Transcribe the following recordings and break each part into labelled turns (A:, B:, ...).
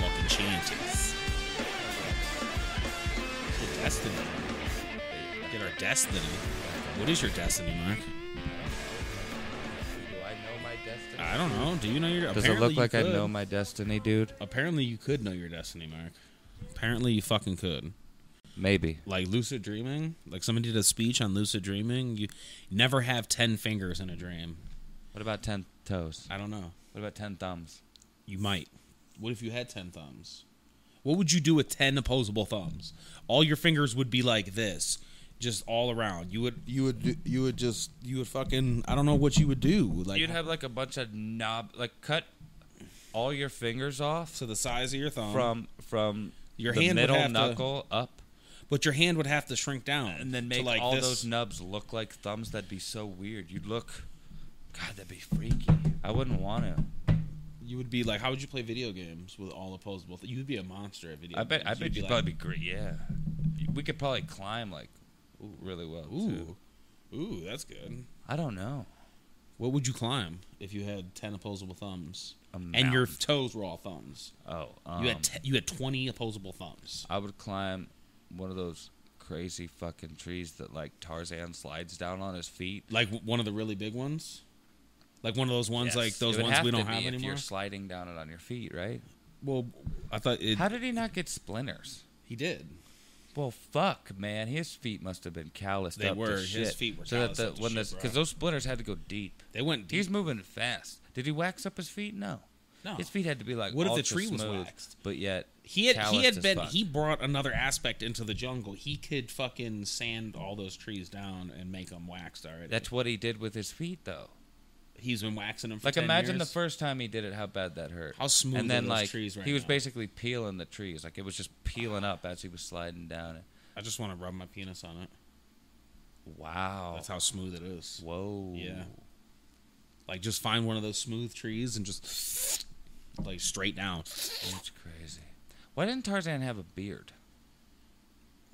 A: Fucking changes. Your destiny. Get our destiny. What is your destiny, Mark?
B: Do I know my destiny?
A: I don't know. Do you know your?
B: Does it
A: apparently
B: look
A: you
B: like I
A: could.
B: know my destiny, dude?
A: Apparently, you could know your destiny, Mark. Apparently, you fucking could.
B: Maybe.
A: Like lucid dreaming. Like somebody did a speech on lucid dreaming. You never have ten fingers in a dream.
B: What about ten toes?
A: I don't know.
B: What about ten thumbs?
A: You might. What if you had 10 thumbs? What would you do with 10 opposable thumbs? All your fingers would be like this, just all around. You would you would do- you would just you would fucking I don't know what you would do. Like
B: You'd have like a bunch of knob, like cut all your fingers off
A: to the size of your thumb
B: from from
A: Your
B: the
A: hand would
B: middle
A: have to-
B: knuckle up,
A: but your hand would have to shrink down
B: and then
A: to,
B: make
A: like
B: all
A: this.
B: those nubs look like thumbs. That'd be so weird. You'd look, God, that'd be freaky. I wouldn't want to.
A: you would be like how would you play video games with all opposable th- you'd be a monster at video
B: I bet. I
A: games.
B: bet
A: be
B: you'd
A: like,
B: probably be great. Yeah, we could probably climb like ooh, really well. Too.
A: ooh. Ooh, that's good.
B: I don't know.
A: What would you climb if you had 10 opposable thumbs?
B: A
A: And your
B: mountain.
A: toes were all thumbs.
B: Oh, um,
A: You had t- you had 20 opposable thumbs.
B: I would climb one of those crazy fucking trees that like Tarzan slides down on his feet.
A: Like w- one of the really big ones? Like one of those ones
B: Yes.
A: like those
B: It would
A: ones we
B: to
A: don't
B: be
A: have
B: if
A: anymore?
B: You're sliding down it on your feet, right?
A: Well, I thought it,
B: How did he not get splinters?
A: he did.
B: Well, fuck, man, his feet must have been calloused
A: They
B: up to
A: were. His
B: shit.
A: feet were
B: so that
A: calloused
B: the
A: up to
B: when
A: shit,
B: the
A: bro.
B: because those splinters had to go deep.
A: They went deep.
B: He's moving fast. Did he wax up his feet? No.
A: No.
B: His feet had to be like
A: What if the
B: ultra
A: tree was
B: smooth,
A: waxed?
B: But yet
A: He had he
B: calloused
A: had
B: as
A: been
B: fuck.
A: he brought another aspect into the jungle. He could fucking sand all those trees down and make them waxed already.
B: That's what he did with his feet, though.
A: he's been waxing them for
B: Like
A: 10
B: imagine
A: years.
B: the first time he did it, how bad that hurt.
A: How smooth
B: And then
A: are those
B: like
A: trees right
B: he was
A: now?
B: basically peeling the trees, like it was just peeling up as he was sliding down it.
A: I just want to rub my penis on it.
B: Wow.
A: That's how smooth it is.
B: Whoa.
A: Yeah. Like just find one of those smooth trees and just like straight down.
B: That's crazy. Why didn't Tarzan have a beard?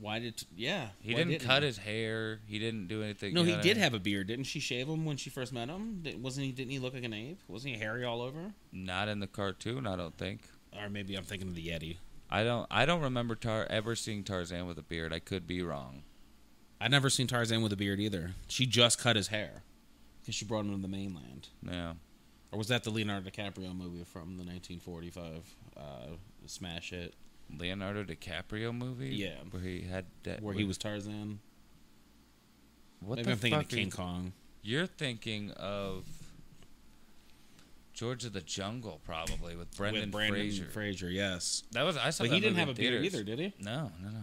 A: Why did yeah?
B: He
A: why
B: didn't, cut
A: he?
B: his hair. He didn't do anything.
A: No,
B: you
A: he
B: know what I
A: did
B: mean?
A: have a beard. Didn't she shave him when she first met him? Di- Wasn't he? Didn't he look like an ape? Wasn't he hairy all over?
B: Not in the cartoon, I don't think.
A: Or maybe I'm thinking of the Yeti.
B: I don't. I don't remember Tar ever seeing Tarzan with a beard. I could be wrong.
A: I never seen Tarzan with a beard either. She just cut his hair because she brought him to the mainland.
B: No.
A: Or was that the Leonardo DiCaprio movie from the 1945 uh, smash hit
B: Leonardo DiCaprio movie.
A: Yeah.
B: Where he had that.
A: where he was Tarzan?
B: What
A: maybe
B: the
A: I'm thinking
B: fuck
A: of
B: are you-
A: King Kong.
B: You're thinking of George of the Jungle, probably with Brendan,
A: with Brandon
B: Fraser.
A: Fraser. yes.
B: that was I saw.
A: But
B: that
A: he didn't
B: movie
A: have a
B: in
A: beard
B: theaters.
A: either, did he?
B: No, no, no.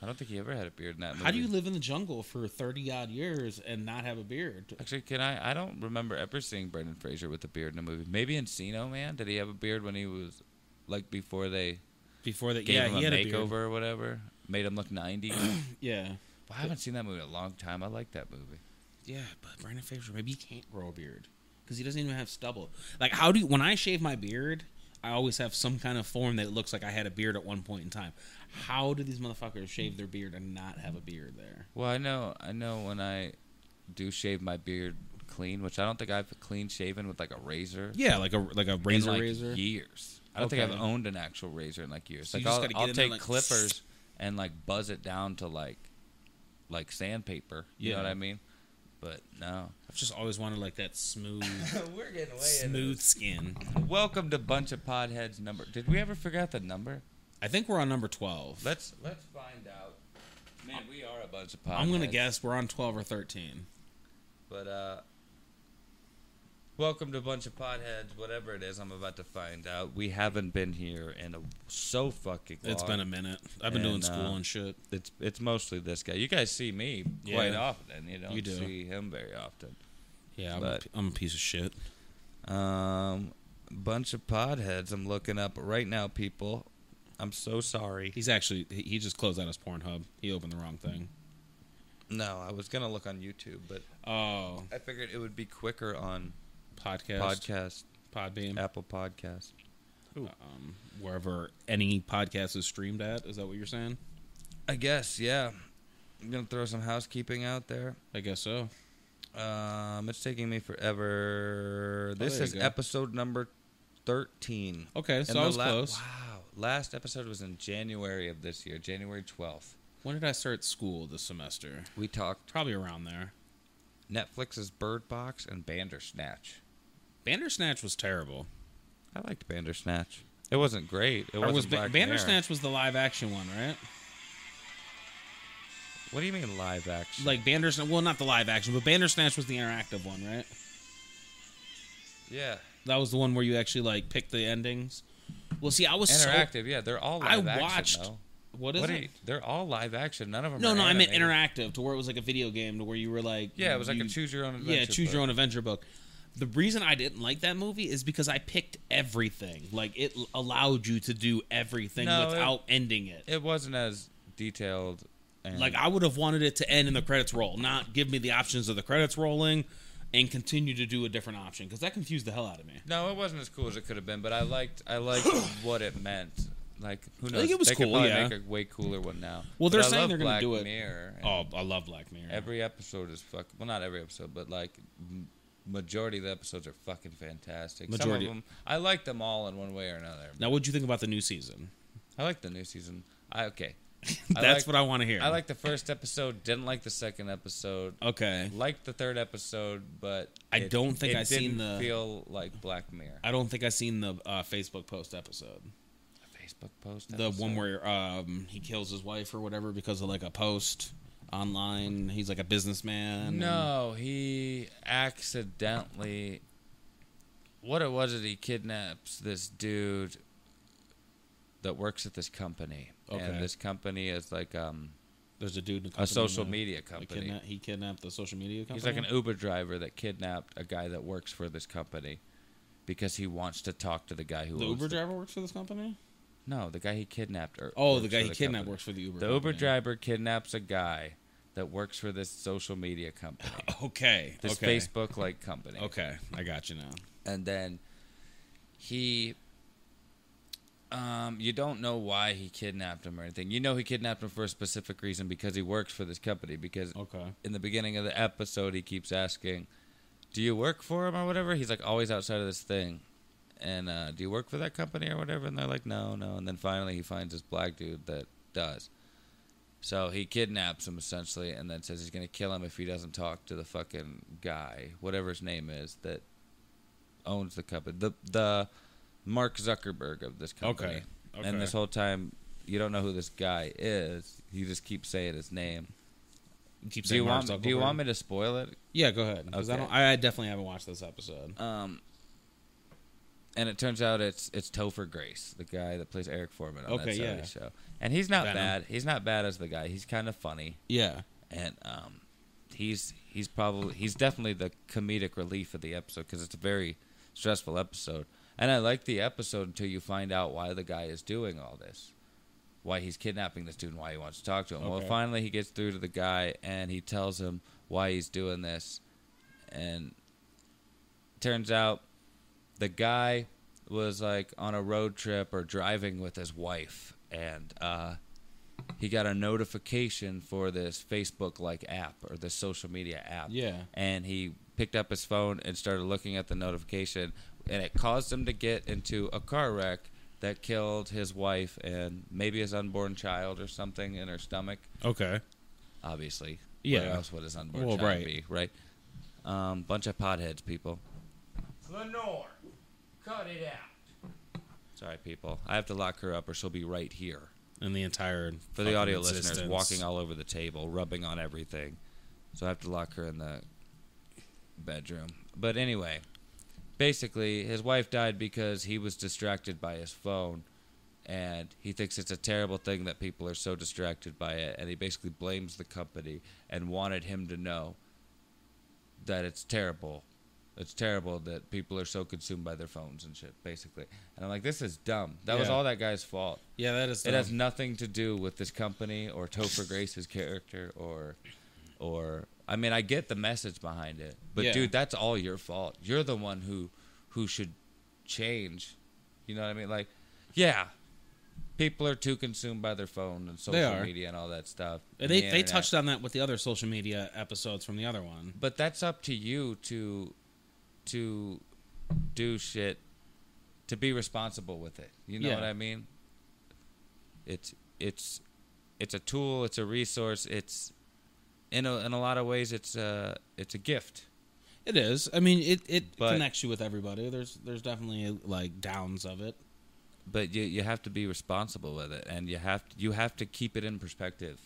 B: I don't think he ever had a beard in that movie.
A: How do you live in the jungle for 30 odd years and not have a beard?
B: Actually, can I? I don't remember ever seeing Brendan Fraser with a beard in a movie. Maybe Encino Man. Did he have a beard when he was like before they
A: Before that,
B: gave
A: yeah,
B: him
A: he
B: a
A: had
B: makeover or whatever? Made him look ninety. well,
A: a beard. Yeah.
B: I haven't seen that movie in a long time. I like that movie.
A: Yeah, but Brandon Fraser, maybe he can't grow a beard because he doesn't even have stubble. Like, how do you, when I shave my beard, I always have some kind of form that looks like I had a beard at one point in time. How do these motherfuckers shave their beard and not have a beard there?
B: Well, I know, I know when I do shave my beard clean, which I don't think I've clean shaven with like a razor.
A: Yeah, like a like a
B: in,
A: razor
B: like,
A: razor.
B: years. I don't think
A: Okay.
B: I've owned an actual razor in like years.
A: So you
B: like
A: just
B: I'll,
A: gotta get
B: I'll
A: in there,
B: take
A: like,
B: clippers and like buzz it down to like like sandpaper. You know
A: Yeah.
B: what I mean? But no.
A: I've just always wanted like that smooth
B: We're getting way
A: smooth skin.
B: Welcome to bunch of podheads number. Did we ever figure out the number?
A: I think we're on number twelve.
B: Let's let's find out. Man, we are a bunch of podheads.
A: I'm gonna guess we're on twelve or thirteen.
B: But uh Welcome to bunch of podheads, whatever it is. I'm about to find out. We haven't been here in a, so fucking long.
A: It's been a minute. I've been doing
B: And,
A: school
B: uh,
A: and shit.
B: it's it's mostly this guy. You guys see me quite
A: Yeah.
B: often. You don't
A: You do.
B: see him very often.
A: Yeah, I'm, a
B: but-
A: p- I'm a piece of shit.
B: Um, bunch of podheads. I'm looking up right now, people. I'm so sorry.
A: He's actually he- he just closed out his Pornhub. He opened the wrong thing.
B: No, I was gonna look on YouTube, but
A: Oh,
B: I figured it would be quicker on
A: podcast,
B: podcast,
A: Podbeam,
B: Apple Podcast.
A: um, wherever any podcast is streamed at. Is that what you're saying?
B: I guess, yeah. I'm gonna throw some housekeeping out there.
A: I guess so.
B: Um, it's taking me forever. This
A: Oh, there
B: is
A: you go.
B: episode number 13.
A: Okay, so
B: And
A: I
B: the
A: was
B: la-
A: close.
B: Wow. Last episode was in January of this year, January 12th.
A: When did I start school this semester?
B: We talked
A: Probably around there.
B: Netflix's Bird Box and Bandersnatch.
A: Bandersnatch was terrible.
B: I liked Bandersnatch. It wasn't great. It
A: Or
B: wasn't
A: was Ba-
B: Black Mirror.
A: Bandersnatch was the live action one, right?
B: What do you mean live action?
A: Like Bandersnatch, well, not the live action, but Bandersnatch was the interactive one, right?
B: yeah,
A: That was the one where you actually like pick the endings. Well, see, I was
B: interactive. yeah, they're all
A: So, I
B: live action.
A: watched.
B: though.
A: What is
B: What are
A: it?
B: you- they're all live action. None of them.
A: No,
B: are
A: no, I
B: animated.
A: meant interactive to where it was like a video game to where you were like
B: Yeah, it was like
A: you-
B: a choose your own adventure.
A: yeah choose your
B: book.
A: own adventure book. The reason I didn't like that movie is because I picked everything. Like it l- allowed you to do everything
B: No, it-
A: without ending it.
B: It wasn't as detailed. And
A: Like I would have wanted it to end in the credits roll, not give me the options of the credits rolling and continue to do a different option because that confused the hell out of me.
B: No, it wasn't as cool as it could have been, but I liked I liked what it meant. Like who knows?
A: think it was
B: they
A: cool,
B: Could probably
A: yeah.
B: make a way cooler one now.
A: Well, they're
B: But I
A: saying
B: love
A: they're gonna
B: Black
A: do it.
B: Mirror, and
A: Oh, I love Black Mirror.
B: every episode is fuck. Well, not every episode, but like m- majority of the episodes are fucking fantastic.
A: Majority.
B: Some of them, I like them all in one way or another.
A: now, what do you think about the new season?
B: I like the new season. I okay.
A: That's
B: like-
A: what I want to hear.
B: I like the first episode. Didn't like the second episode.
A: Okay,
B: Liked the third episode, but
A: I don't think
B: it
A: I seen
B: didn't
A: the-
B: feel like Black Mirror.
A: I don't think I seen the uh, Facebook post episode.
B: Facebook post.
A: the one
B: episode?
A: where um, he kills his wife or whatever because of like a post online. He's like a businessman. and-
B: No, he accidentally. What it was is he kidnaps this dude that works at this company,
A: Okay.
B: and this company is like um,
A: there's a dude. In the
B: a
A: company
B: social
A: that-
B: media
A: that
B: company.
A: kidna- he kidnapped the social media company.
B: He's like an Uber driver that kidnapped a guy that works for this company because he wants to talk to the guy who
A: the
B: owns
A: Uber
B: the-
A: driver works for this company.
B: No, the guy he kidnapped. Or
A: Oh,
B: works
A: the guy
B: for
A: he kidnapped
B: company.
A: works for the Uber.
B: The Uber
A: company.
B: driver kidnaps a guy that works for this social media company,
A: Okay.
B: this
A: okay.
B: Facebook like company.
A: Okay, I got you now.
B: and then he um you don't know why he kidnapped him or anything you know he kidnapped him for a specific reason because he works for this company because
A: Okay.
B: in the beginning of the episode he keeps asking do you work for him or whatever he's like always outside of this thing and uh, do you work for that company or whatever and they're like no no and then finally he finds this black dude that does so he kidnaps him essentially and then says he's going to kill him if he doesn't talk to the fucking guy whatever his name is that owns the company the the mark zuckerberg of this company
A: Okay. Okay.
B: and this whole time you don't know who this guy is you just keep saying his name
A: Keep
B: do you
A: saying Mark
B: want do you
A: Zuckerberg.
B: want me to spoil it?
A: Yeah, go ahead. 'cause I
B: Okay.
A: don't. I I definitely haven't watched this episode.
B: Um, and it turns out it's it's Topher Grace, the guy that plays Eric Foreman on
A: Okay,
B: that Saturday
A: yeah.
B: show, and he's not
A: Venom.
B: bad. He's not bad as the guy. He's kind of funny,
A: Yeah.
B: and um, he's he's probably he's definitely the comedic relief of the episode because it's a very stressful episode. And I like the episode until you find out why the guy is doing all this, why he's kidnapping this dude, and why he wants to talk to him. Well,
A: Okay.
B: finally he gets through to the guy and he tells him why he's doing this, and turns out the guy was like on a road trip or driving with his wife and uh he got a notification for this Facebook like app or this social media app.
A: Yeah.
B: And he picked up his phone and started looking at the notification and it caused him to get into a car wreck that killed his wife and maybe his unborn child or something in her stomach
A: Okay.
B: obviously.
A: Yeah.
B: Where else would his unborn
A: Well,
B: child
A: right.
B: be, right? Um, bunch of potheads, people.
C: Lenore, cut it out.
B: Sorry, people. I have to lock her up or she'll be right here.
A: And the entire
B: For the
A: fucking
B: audio listeners,
A: existence.
B: walking all over the table, rubbing on everything. So I have to lock her in the bedroom. But anyway, basically, his wife died because he was distracted by his phone. And he thinks it's a terrible thing that people are so distracted by it. And he basically blames the company and wanted him to know that it's terrible. It's terrible that people are so consumed by their phones and shit, basically. And I'm like, this is dumb. That was
A: Yeah.
B: all that guy's fault.
A: Yeah, that is.
B: It has
A: dumb.
B: nothing to do with this company or Topher Grace's character or, or I mean, I get the message behind it, but
A: Yeah.
B: dude, that's all your fault. You're the one who, who should change. You know what I mean? Like, yeah, people are too consumed by their phone and social
A: are.
B: media and all that stuff.
A: They
B: and the
A: they
B: internet.
A: touched on that with the other social media episodes from the other one.
B: but that's up to you to, to, do shit to be responsible with it. You know
A: Yeah.
B: what I mean? It's it's it's a tool. It's a resource. It's in a in a lot of ways it's a it's a gift.
A: It is. I mean, it it
B: But-
A: connects you with everybody. There's there's definitely like downs of it.
B: But you you have to be responsible with it, and you have to, you have to keep it in perspective.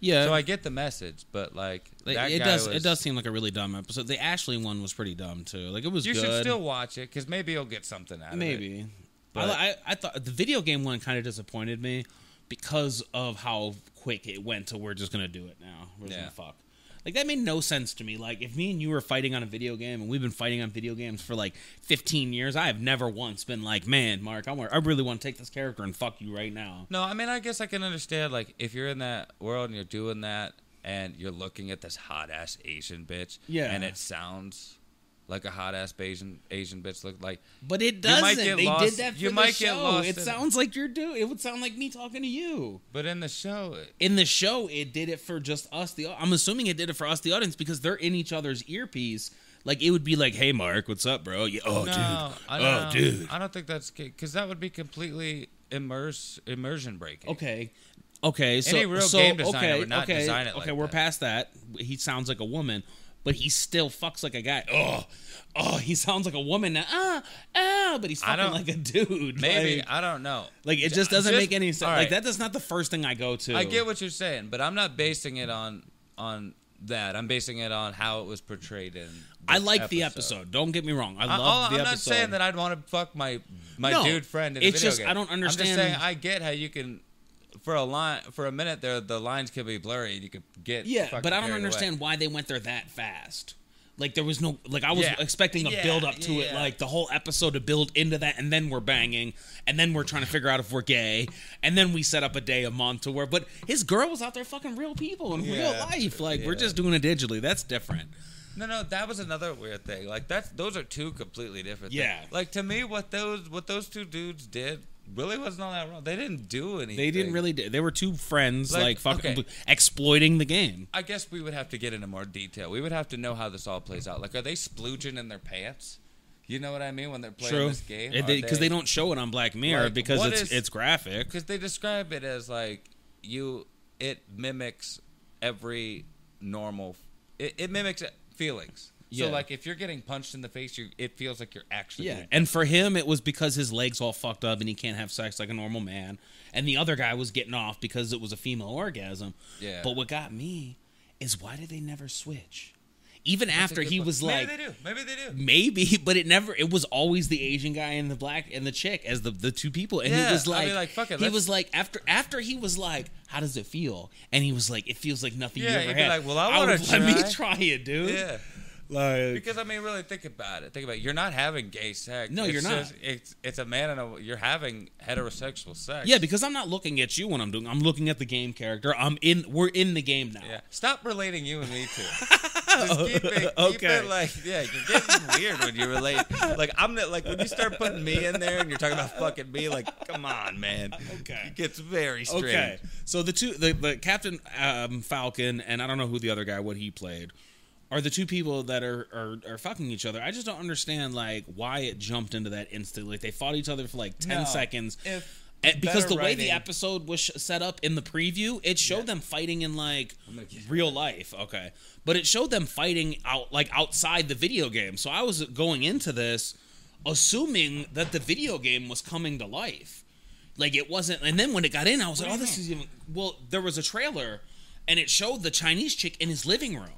A: Yeah.
B: so I get the message, but like
A: Like,
B: that
A: it
B: guy
A: does.
B: was-
A: It does seem like a really dumb episode. The Ashley one was pretty dumb too. Like it was.
B: You
A: good.
B: should still watch it because maybe you'll get something out of it.
A: maybe.
B: But-
A: I, I I thought the video game one kind of disappointed me because of how quick it went to we're just gonna do it now. We're just
B: Yeah.
A: gonna fuck. Like that made no sense to me. Like if me and you were fighting on a video game and we've been fighting on video games for like 15 years, I have never once been like, "Man, Mark, I want I really want to take this character and fuck you right now."
B: No, I mean, I guess I can understand, like, if you're in that world and you're doing that and you're looking at this hot ass Asian bitch.
A: Yeah.
B: And it sounds like a hot ass Asian, Asian bitch look like.
A: But it
B: You
A: doesn't.
B: might get
A: they
B: lost-
A: did that for
B: you
A: the
B: might
A: show.
B: get lost
A: it
B: in it.
A: sounds like you're doing. It would sound like me talking to you.
B: But in the show, it-
A: in the show it did it for just us the i'm assuming it did it for us the audience because they're in each other's earpiece like it would be like hey mark what's up bro yeah, oh
B: no,
A: dude
B: I
A: oh
B: don't,
A: dude
B: I don't think that's because that would be completely immerse immersion breaking.
A: okay okay so
B: real
A: so,
B: game designer
A: okay,
B: would not
A: okay,
B: design it
A: okay
B: like
A: we're
B: that.
A: past that he sounds like a woman but he still fucks like a guy. Oh, oh, he sounds like a woman now. Ah, ah, but he's
B: I
A: fucking
B: don't-
A: like a dude.
B: Maybe
A: like,
B: I don't know.
A: like, it just doesn't
B: Just-
A: make any sense.
B: all
A: Like
B: right.
A: that, that's not the first thing I go to.
B: I get what you're saying, but I'm not basing it on on that. I'm basing it on how it was portrayed in.
A: I
B: this
A: like the episode. Don't get me wrong. I
B: I-
A: love
B: all-
A: the
B: I'm
A: episode.
B: not saying that I'd want to fuck my my
A: No,
B: dude friend in a
A: it's
B: video
A: just
B: game.
A: I don't
B: I'm
A: understand-
B: just saying I get how you can for a line for a minute there the lines could be blurry and you could get
A: Yeah,
B: fucking
A: but I don't
B: carried away.
A: understand why they went there that fast. Like there was no like I was
B: Yeah.
A: expecting a
B: Yeah,
A: build up to it,
B: yeah.
A: like the whole episode to build into that, and then we're banging, and then we're trying to figure out if we're gay, and then we set up a day a month to where. But his girl was out there fucking real people in real
B: Yeah.
A: life. Like we're
B: Yeah.
A: just doing it digitally. That's different.
B: No, no, that was another weird thing. Like that's those are two completely different.
A: Yeah.
B: things. Like to me, what those what those two dudes did really wasn't all that wrong. They didn't do anything.
A: They didn't really. Do, they were two friends like,
B: Like,
A: fucking
B: okay.
A: exploiting the game.
B: I guess we would have to get into more detail. We would have to know how this all plays out. Like, are they splooging in their pants? You know what I mean when they're playing
A: True,
B: this game? Are
A: because they, don't show it on Black Mirror
B: Like,
A: because
B: what
A: it's
B: is-
A: it's graphic.
B: because they describe it as like you it mimics every normal it, it mimics feelings
A: Yeah.
B: so like if you're getting punched in the face you it feels like you're actually
A: Yeah,
B: being-
A: and for him, it was because his legs all fucked up and he can't have sex like a normal man. And the other guy was getting off because it was a female orgasm.
B: Yeah.
A: But what got me is why did they never switch? Even after
B: That's a
A: he
B: good
A: was
B: point.
A: like,
B: maybe they do maybe they do
A: maybe, but it never. It was always the Asian guy and the black and the chick as the the two people, and
B: Yeah,
A: he was
B: I
A: like,
B: mean, like, fuck it,
A: he
B: let's-
A: was like after after he was like, how does it feel? And he was like, it feels like nothing
B: Yeah,
A: you
B: he'd
A: ever
B: be
A: had.
B: like, well, I wanna
A: was- let me
B: try.
A: try it, dude.
B: yeah
A: like
B: because i mean really think about it think about it you're not having gay sex
A: No,
B: It's
A: you're not.
B: just- it's, it's a man and a you're having heterosexual sex
A: Yeah, because I'm not looking at you when I'm doing. I'm looking at the game character. I'm in. We're in the game now.
B: yeah. Stop relating you and me to. it. Just keep it, keep
A: Okay.
B: it like yeah. You're getting weird when you relate. Like I'm not like when you start putting me in there and you're talking about fucking me. Like come on, man.
A: Okay.
B: It gets very strange.
A: Okay. So the two, the, the Captain um, Falcon, and I don't know who the other guy, what he played, are the two people that are, are are fucking each other. I just don't understand like why it jumped into that instantly. Like they fought each other for like ten
B: No.
A: seconds.
B: If
A: And because
B: better
A: the way the
B: writing-
A: episode was sh- set up in the preview, it showed them fighting in like
B: gonna get-
A: real life. Okay, but it showed them fighting out like outside the video game. So I was going into this assuming that the video game was coming to life. Like it wasn't. And then when it got in, I was like, "Oh, this is even." Well, there was a trailer, and it showed the Chinese chick in his living room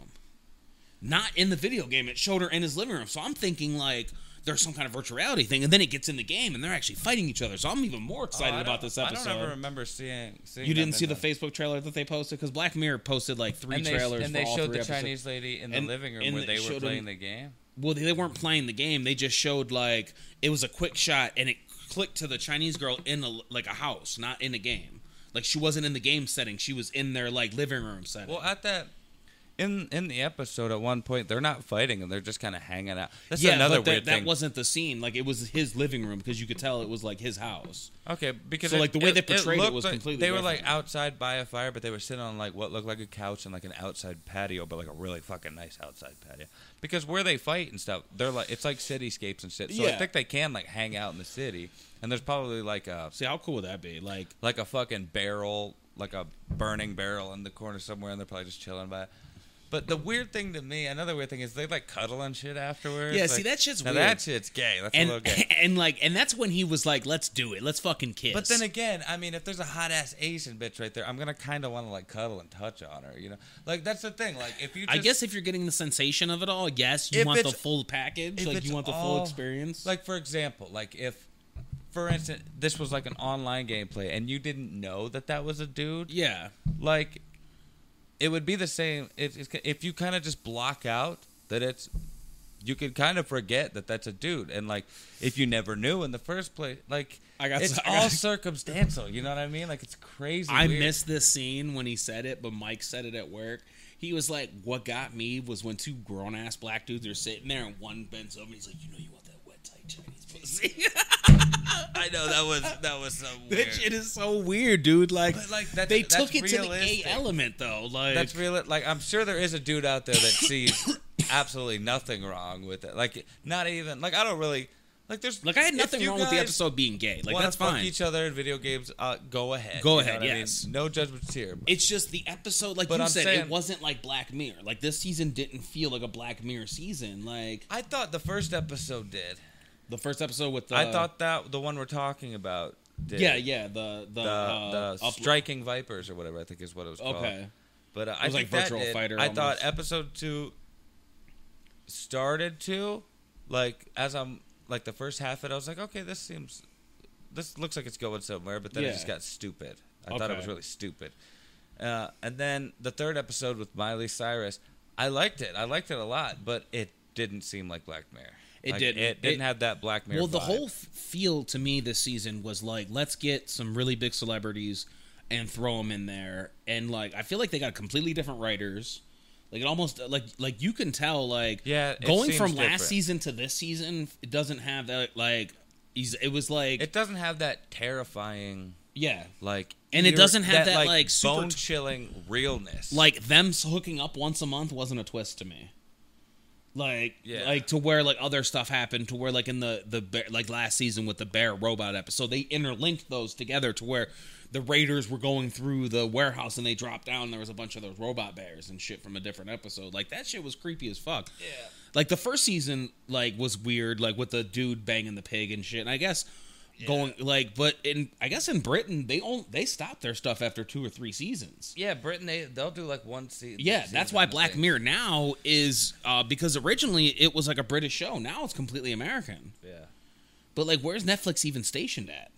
A: not in the video game. It showed her in his living room. So I'm thinking like there's some kind of virtual reality thing, and then it gets in the game, and they're actually fighting each other. So I'm even more
B: Oh, I
A: excited
B: don't-
A: about this
B: I don't ever
A: episode.
B: remember seeing. seeing
A: You
B: them
A: didn't see
B: in
A: the Facebook trailer that they posted because Black Mirror posted like three
B: and they,
A: trailers.
B: and
A: for
B: they
A: all
B: showed
A: three
B: the
A: episodes.
B: Chinese lady in the
A: And-
B: living room
A: and
B: where
A: it
B: they were
A: showed
B: playing
A: them-
B: the game.
A: Well, they weren't playing the game. They just showed like it was a quick shot, and it clicked to the Chinese girl in a, like a house, not in a game. Like she wasn't in the game setting; she was in their like living room setting.
B: Well, at that, in in the episode at one point they're not fighting and they're just kind of hanging out. That's
A: yeah,
B: another
A: but that,
B: weird
A: that
B: thing.
A: wasn't the scene. Like it was his living room because you could tell it was like his house.
B: okay, because
A: So,
B: it-
A: like, the way they portrayed it
B: looked
A: was
B: like
A: completely
B: They were
A: different.
B: like outside by a fire, but they were sitting on like what looked like a couch and like an outside patio, but like a really fucking nice outside patio. Because where they fight and stuff, they're like it's like cityscapes and shit. So I
A: Yeah.
B: think they can like hang out in the city, and there's probably like a
A: See how cool would that be? Like
B: like a fucking barrel, like a burning barrel in the corner somewhere, and they're probably just chilling by it. But the weird thing to me, another weird thing is they like cuddle and shit afterwards.
A: Yeah,
B: Like,
A: see, that shit's
B: now
A: weird.
B: That shit's gay. That's a
A: and
B: little gay.
A: and like and that's when he was like, "Let's do it. Let's fucking kiss."
B: But then again, I mean, if there's a hot ass Asian bitch right there, I'm gonna kind of want to like cuddle and touch on her, you know? Like that's the thing. Like if you, just,
A: I guess if you're getting the sensation of it all, yes, you
B: If
A: want the
B: it's-
A: full package.
B: if
A: Like
B: it's
A: you want the full
B: all-
A: experience.
B: Like for example, like if, for instance, this was like an online gameplay and you didn't know that that was a dude,
A: yeah,
B: like it would be the same if it's- if you kind of just block out that it's you could kind of forget that that's a dude and like if you never knew in the first place like
A: I got-
B: it's
A: I got-
B: all circumstantial you know what i mean like it's crazy
A: I
B: weird.
A: missed this scene when he said it, but Mike said it at work. He was like, "What got me was when two grown ass black dudes are sitting there, and one bends over, and he's like, you know, you want that wet tight Chinese pussy.'
B: i know that was that was so
A: that
B: weird
A: shit is so weird, dude. Like,
B: But, like, that's-
A: they
B: that's
A: took it to the gay
B: realistic.
A: element, though. Like,
B: that's real like i'm sure there is a dude out there that sees absolutely nothing wrong with it like not even like i don't really like there's
A: like I had
B: if
A: nothing
B: you
A: wrong with the
B: guys
A: episode being gay. Like,
B: wanna
A: that's
B: fuck
A: fine.
B: each other in video games uh, go ahead
A: Go
B: you know
A: ahead,
B: what I mean?
A: yes.
B: no judgments here
A: It's just the episode, like
B: But
A: you
B: I'm
A: said, it
B: saying-
A: wasn't like Black Mirror. Like this season didn't feel like a Black Mirror season. Like
B: I thought the first episode did.
A: the first episode with the
B: I thought that the one we're talking about did.
A: Uh, yeah, yeah, the the,
B: The,
A: uh,
B: the
A: up-
B: striking vipers or whatever I think is what it was called.
A: Okay,
B: But uh, I
A: was like
B: think that
A: Virtual
B: did.
A: Fighter
B: I thought
A: almost.
B: episode two started to like as I'm like the first half of it, I was like, okay, this seems this looks like it's going somewhere, but then it
A: Yeah.
B: just got stupid. I thought it
A: Okay.
B: was really stupid. Uh, and then the third episode with Miley Cyrus, I liked it. I liked it a lot, but it didn't seem like Black Mirror.
A: It
B: Like,
A: didn't.
B: It didn't
A: It-
B: have that Black Mirror.
A: well, the
B: vibe.
A: whole f- feel to me this season was like, let's get some really big celebrities and throw them in there, and like I feel like they got completely different writers. Like it almost like like you can tell like
B: Yeah, it
A: going
B: seems
A: from
B: different.
A: last season to this season it doesn't have that like he's it was like
B: It doesn't have that terrifying
A: yeah
B: like,
A: And it
B: ear-
A: doesn't have that, like, super-
B: bone chilling realness.
A: like them s- hooking up once a month wasn't a twist to me like
B: Yeah.
A: like to where like other stuff happened to where like in the the bear, like last season with the bear robot episode they interlinked those together to where the raiders were going through the warehouse and they dropped down there was a bunch of those robot bears and shit from a different episode like that shit was creepy as fuck yeah like the first season like was weird like with the dude banging the pig and shit and i guess going like but in i guess in britain they only they stopped their stuff after two or three seasons
B: yeah, Britain they they'll do like one season.
A: yeah, that's why Black Mirror now is uh, because originally it was like a British show. Now it's completely American.
B: Yeah,
A: But like, where's Netflix even stationed at?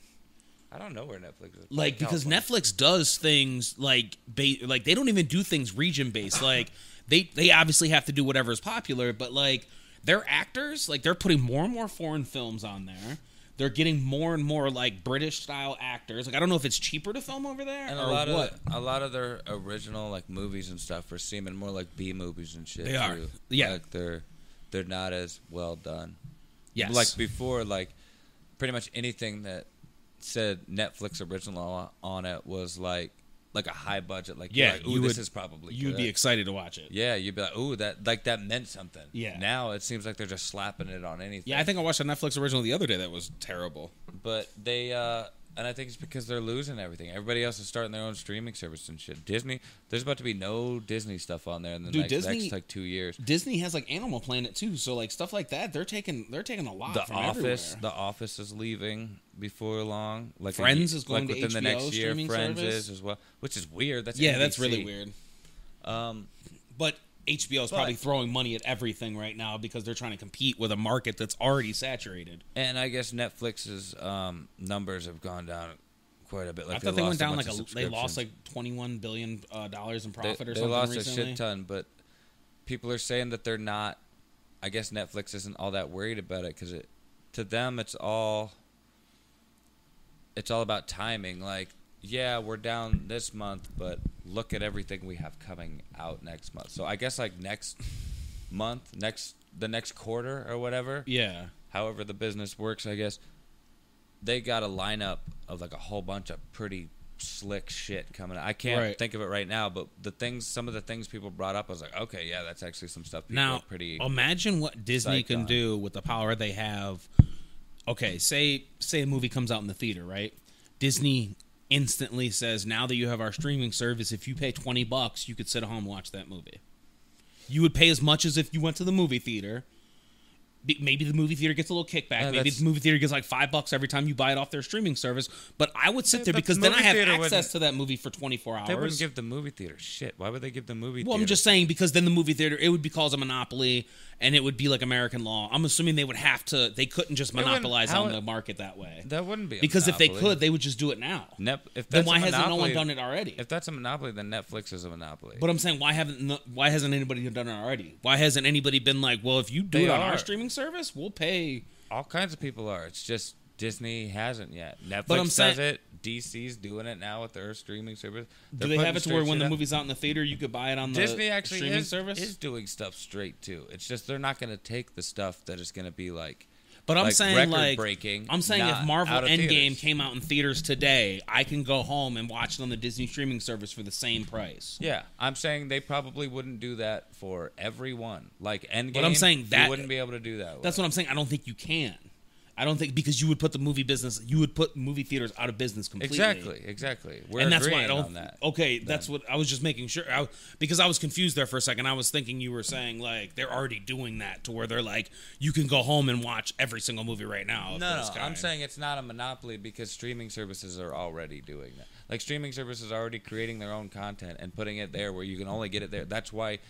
B: I don't know where Netflix is.
A: Like, because
B: California.
A: Netflix does things like ba- like they don't even do things region based. Like they they obviously have to do whatever is popular, but like their actors like they're putting more and more foreign films on there. They're getting more and more like British style actors. Like I don't know if it's cheaper to film over there
B: and
A: or
B: a lot
A: what.
B: of a lot of their original like movies and stuff are seeming more like B movies and shit.
A: They are.
B: too.
A: Yeah.
B: like they're they're not as well done.
A: yes,
B: Like before, like pretty much anything that said Netflix original on it was like like a high budget. Like
A: Yeah,
B: yeah, like, ooh,
A: you
B: this
A: would-
B: is probably
A: you'd
B: good."
A: be excited to watch it.
B: yeah, you'd be like, ooh, that like that meant something.
A: Yeah.
B: Now it seems like they're just slapping it on anything.
A: Yeah, I think I watched a Netflix original the other day that was terrible.
B: but they uh and I think it's because they're losing everything. Everybody else is starting their own streaming service and shit. Disney, there's about to be no Disney stuff on there in the
A: Dude,
B: next,
A: Disney-
B: next like two years.
A: Disney has like Animal Planet too, so like stuff like that, they're taking they're taking a lot
B: The
A: from
B: Office,
A: everywhere.
B: the Office is leaving before long. Like a
A: Friends
B: ye-
A: is going
B: like
A: to
B: within the
A: HBO
B: next year.
A: streaming
B: Friends
A: service.
B: is as well, which is weird. That's
A: yeah, that's
B: NBC.
A: really weird. Um, but HBO is
B: Um, but-
A: probably throwing money at everything right now because they're trying to compete with a market that's already saturated.
B: And I guess Netflix's um, numbers have gone down quite a bit. Like
A: I thought they
B: lost
A: went
B: a
A: down
B: bunch
A: like a
B: of
A: they lost
B: subscriptions.
A: like twenty one billion uh, dollars in
B: they,
A: profit or
B: they
A: something
B: lost
A: recently.
B: a shit ton, but people are saying that they're not. I guess Netflix isn't all that worried about it because it, to them, it's all. It's all about timing. Like, yeah, we're down this month, but look at everything we have coming out next month. So I guess like next month, next the next quarter or whatever,
A: Yeah.
B: however the business works, I guess they got a lineup of like a whole bunch of pretty slick shit coming. I can't
A: Right.
B: think of it right now, but the things, some of the things people brought up, I was like, okay, yeah, that's actually some stuff. People
A: now
B: are pretty.
A: imagine what disney
B: psyched
A: can
B: on.
A: do with the power they have okay say say a movie comes out in the theater right disney instantly says now that you have our streaming service if you pay 20 bucks you could sit at home and watch that movie you would pay as much as if you went to the movie theater B- Maybe the movie theater gets a little kickback.
B: Yeah,
A: Maybe
B: Uh, that's-
A: the movie theater gets like five bucks every time you buy it off their streaming service. But I would sit
B: Yeah,
A: there
B: but
A: because then I
B: movie
A: have
B: theater
A: access
B: wouldn't-
A: to that movie for twenty four hours.
B: they wouldn't give the movie theater shit. Why would they give the movie
A: Well,
B: theater?
A: I'm just saying because then the movie theater it would be called a monopoly, and it would be like American law. I'm assuming they would have to. They couldn't just
B: wouldn't-
A: monopolize
B: how
A: on
B: it-
A: the market that way.
B: That wouldn't be a
A: because if they
B: monopoly.
A: could, they would just do it now.
B: Nep- if
A: then
B: that's
A: why
B: a
A: hasn't no one
B: monopoly-
A: done it already?
B: If that's a monopoly, then Netflix is a monopoly.
A: but I'm saying why haven't no- why hasn't anybody done it already? Why hasn't anybody been like, well, if you do
B: They
A: it on our
B: are.
A: streaming service, we'll pay.
B: all kinds of people are. It's just Disney hasn't yet. Netflix
A: I'm
B: does
A: saying-
B: it. DC's doing it now with their streaming service.
A: Do
B: They're
A: they have
B: putting
A: it to where
B: straight
A: when
B: shit
A: the
B: out.
A: movie's out in the theater, you could buy it on the
B: Disney
A: Uh,
B: actually
A: streaming
B: is,
A: service?
B: is doing stuff straight too. It's just they're not going to take the stuff that is going to be like.
A: But I'm
B: like,
A: saying
B: record
A: like
B: breaking,
A: I'm saying if
B: not
A: Marvel
B: out of
A: Endgame
B: theaters.
A: came out in theaters today, I can go home and watch it on the Disney streaming service for the same price.
B: Yeah, I'm saying they probably wouldn't do that for everyone. Like Endgame,
A: I'm saying that-
B: you wouldn't be able to do that.
A: That's
B: with.
A: what I'm saying. I don't think you can. I don't think because you would put the movie business, you would put movie theaters out of business completely.
B: exactly, exactly. We're
A: and that's why I
B: agreeing
A: don't.
B: on that.
A: Okay, that's what I was just making sure I, because I was confused there for a second. I was thinking you were saying like they're already doing that to where they're like you can go home and watch every single movie right now. of
B: No,
A: this
B: no, I'm
A: kind.
B: saying it's not a monopoly because streaming services are already doing that. Like streaming services are already creating their own content and putting it there where you can only get it there. That's why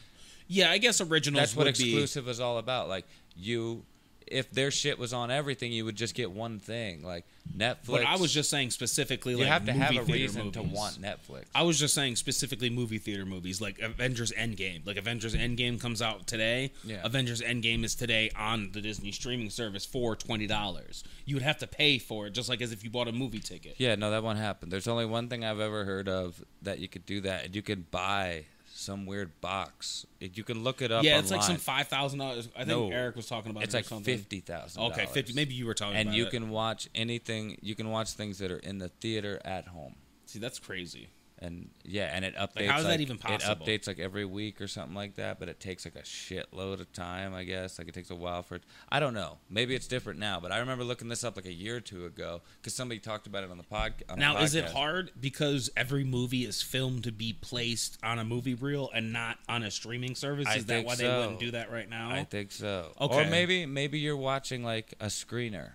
A: yeah, I guess originals.
B: that's what
A: would be-
B: exclusive is all about. Like you if their shit was on everything, you would just get one thing. Like Netflix
A: But I was just saying specifically,
B: you
A: like
B: have to have
A: movie
B: a
A: theater
B: reason to
A: movies.
B: want Netflix.
A: I was just saying specifically movie theater movies like Avengers Endgame. Like Avengers Endgame comes out today.
B: Yeah.
A: Avengers Endgame is today on the Disney streaming service for twenty dollars. You would have to pay for it, just like as if you bought a movie ticket.
B: Yeah, no, that one happened. There's only one thing I've ever heard of that you could do that and you could buy some weird box. You can look it up
A: Yeah, it's like
B: online.
A: some five thousand dollars. I think
B: No.
A: Eric was talking about.
B: it's
A: it or
B: like
A: something.
B: fifty thousand.
A: Okay, fifty. Maybe you were talking.
B: and
A: about
B: you
A: it.
B: can watch anything. You can watch things that are in the theater at home,
A: see that's crazy.
B: and yeah, and it updates.
A: how is that
B: like-
A: even possible?
B: It updates like every week or something like that, but it takes like a shitload of time, I guess. Like it takes a while for it. I don't know. Maybe it's different now, but I remember looking this up like a year or two ago because somebody talked about it on the podcast.
A: Now, is it hard because every movie is filmed to be placed on a movie reel and not on a streaming service?
B: I
A: Is that
B: think
A: why they
B: so.
A: wouldn't do that right now?
B: I think so.
A: Okay.
B: Or maybe maybe you're watching like a screener,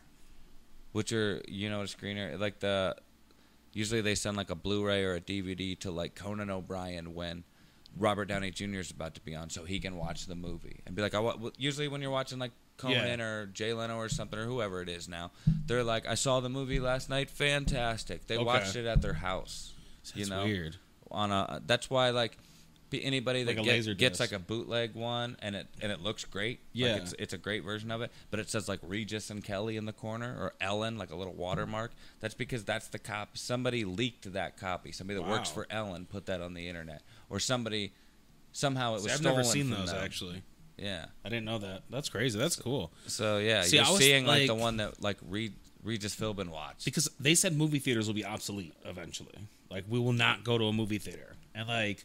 B: which are you know what a screener like the. Usually they send like a Blu-ray or a DVD to like Conan O'Brien when Robert Downey Jr. is about to be on, so he can watch the movie and be like, I wa- well, usually when you're watching like Conan
A: Yeah.
B: or Jay Leno or something or whoever it is now, they're like, I saw the movie last night, fantastic. They
A: Okay.
B: watched it at their house. you
A: That's
B: know,
A: weird.
B: on a that's why like be- anybody that
A: Like a
B: get-
A: laser
B: gets
A: disc.
B: like a bootleg one and it and it looks great
A: Yeah.
B: like it's, it's a great version of it but it says like regis and kelly in the corner or ellen like a little watermark that's because that's the cop somebody leaked that copy somebody that works
A: Wow.
B: for ellen put that on the internet or somebody somehow it was
A: See, I've
B: stolen
A: never seen
B: from
A: those
B: them.
A: actually.
B: yeah
A: I didn't know that. That's crazy. That's cool.
B: so yeah
A: See,
B: you're
A: I was,
B: seeing like, the
A: like-
B: one that like Re- regis philbin watched
A: Because they said movie theaters will be obsolete eventually. Like we will not go to a movie theater. And like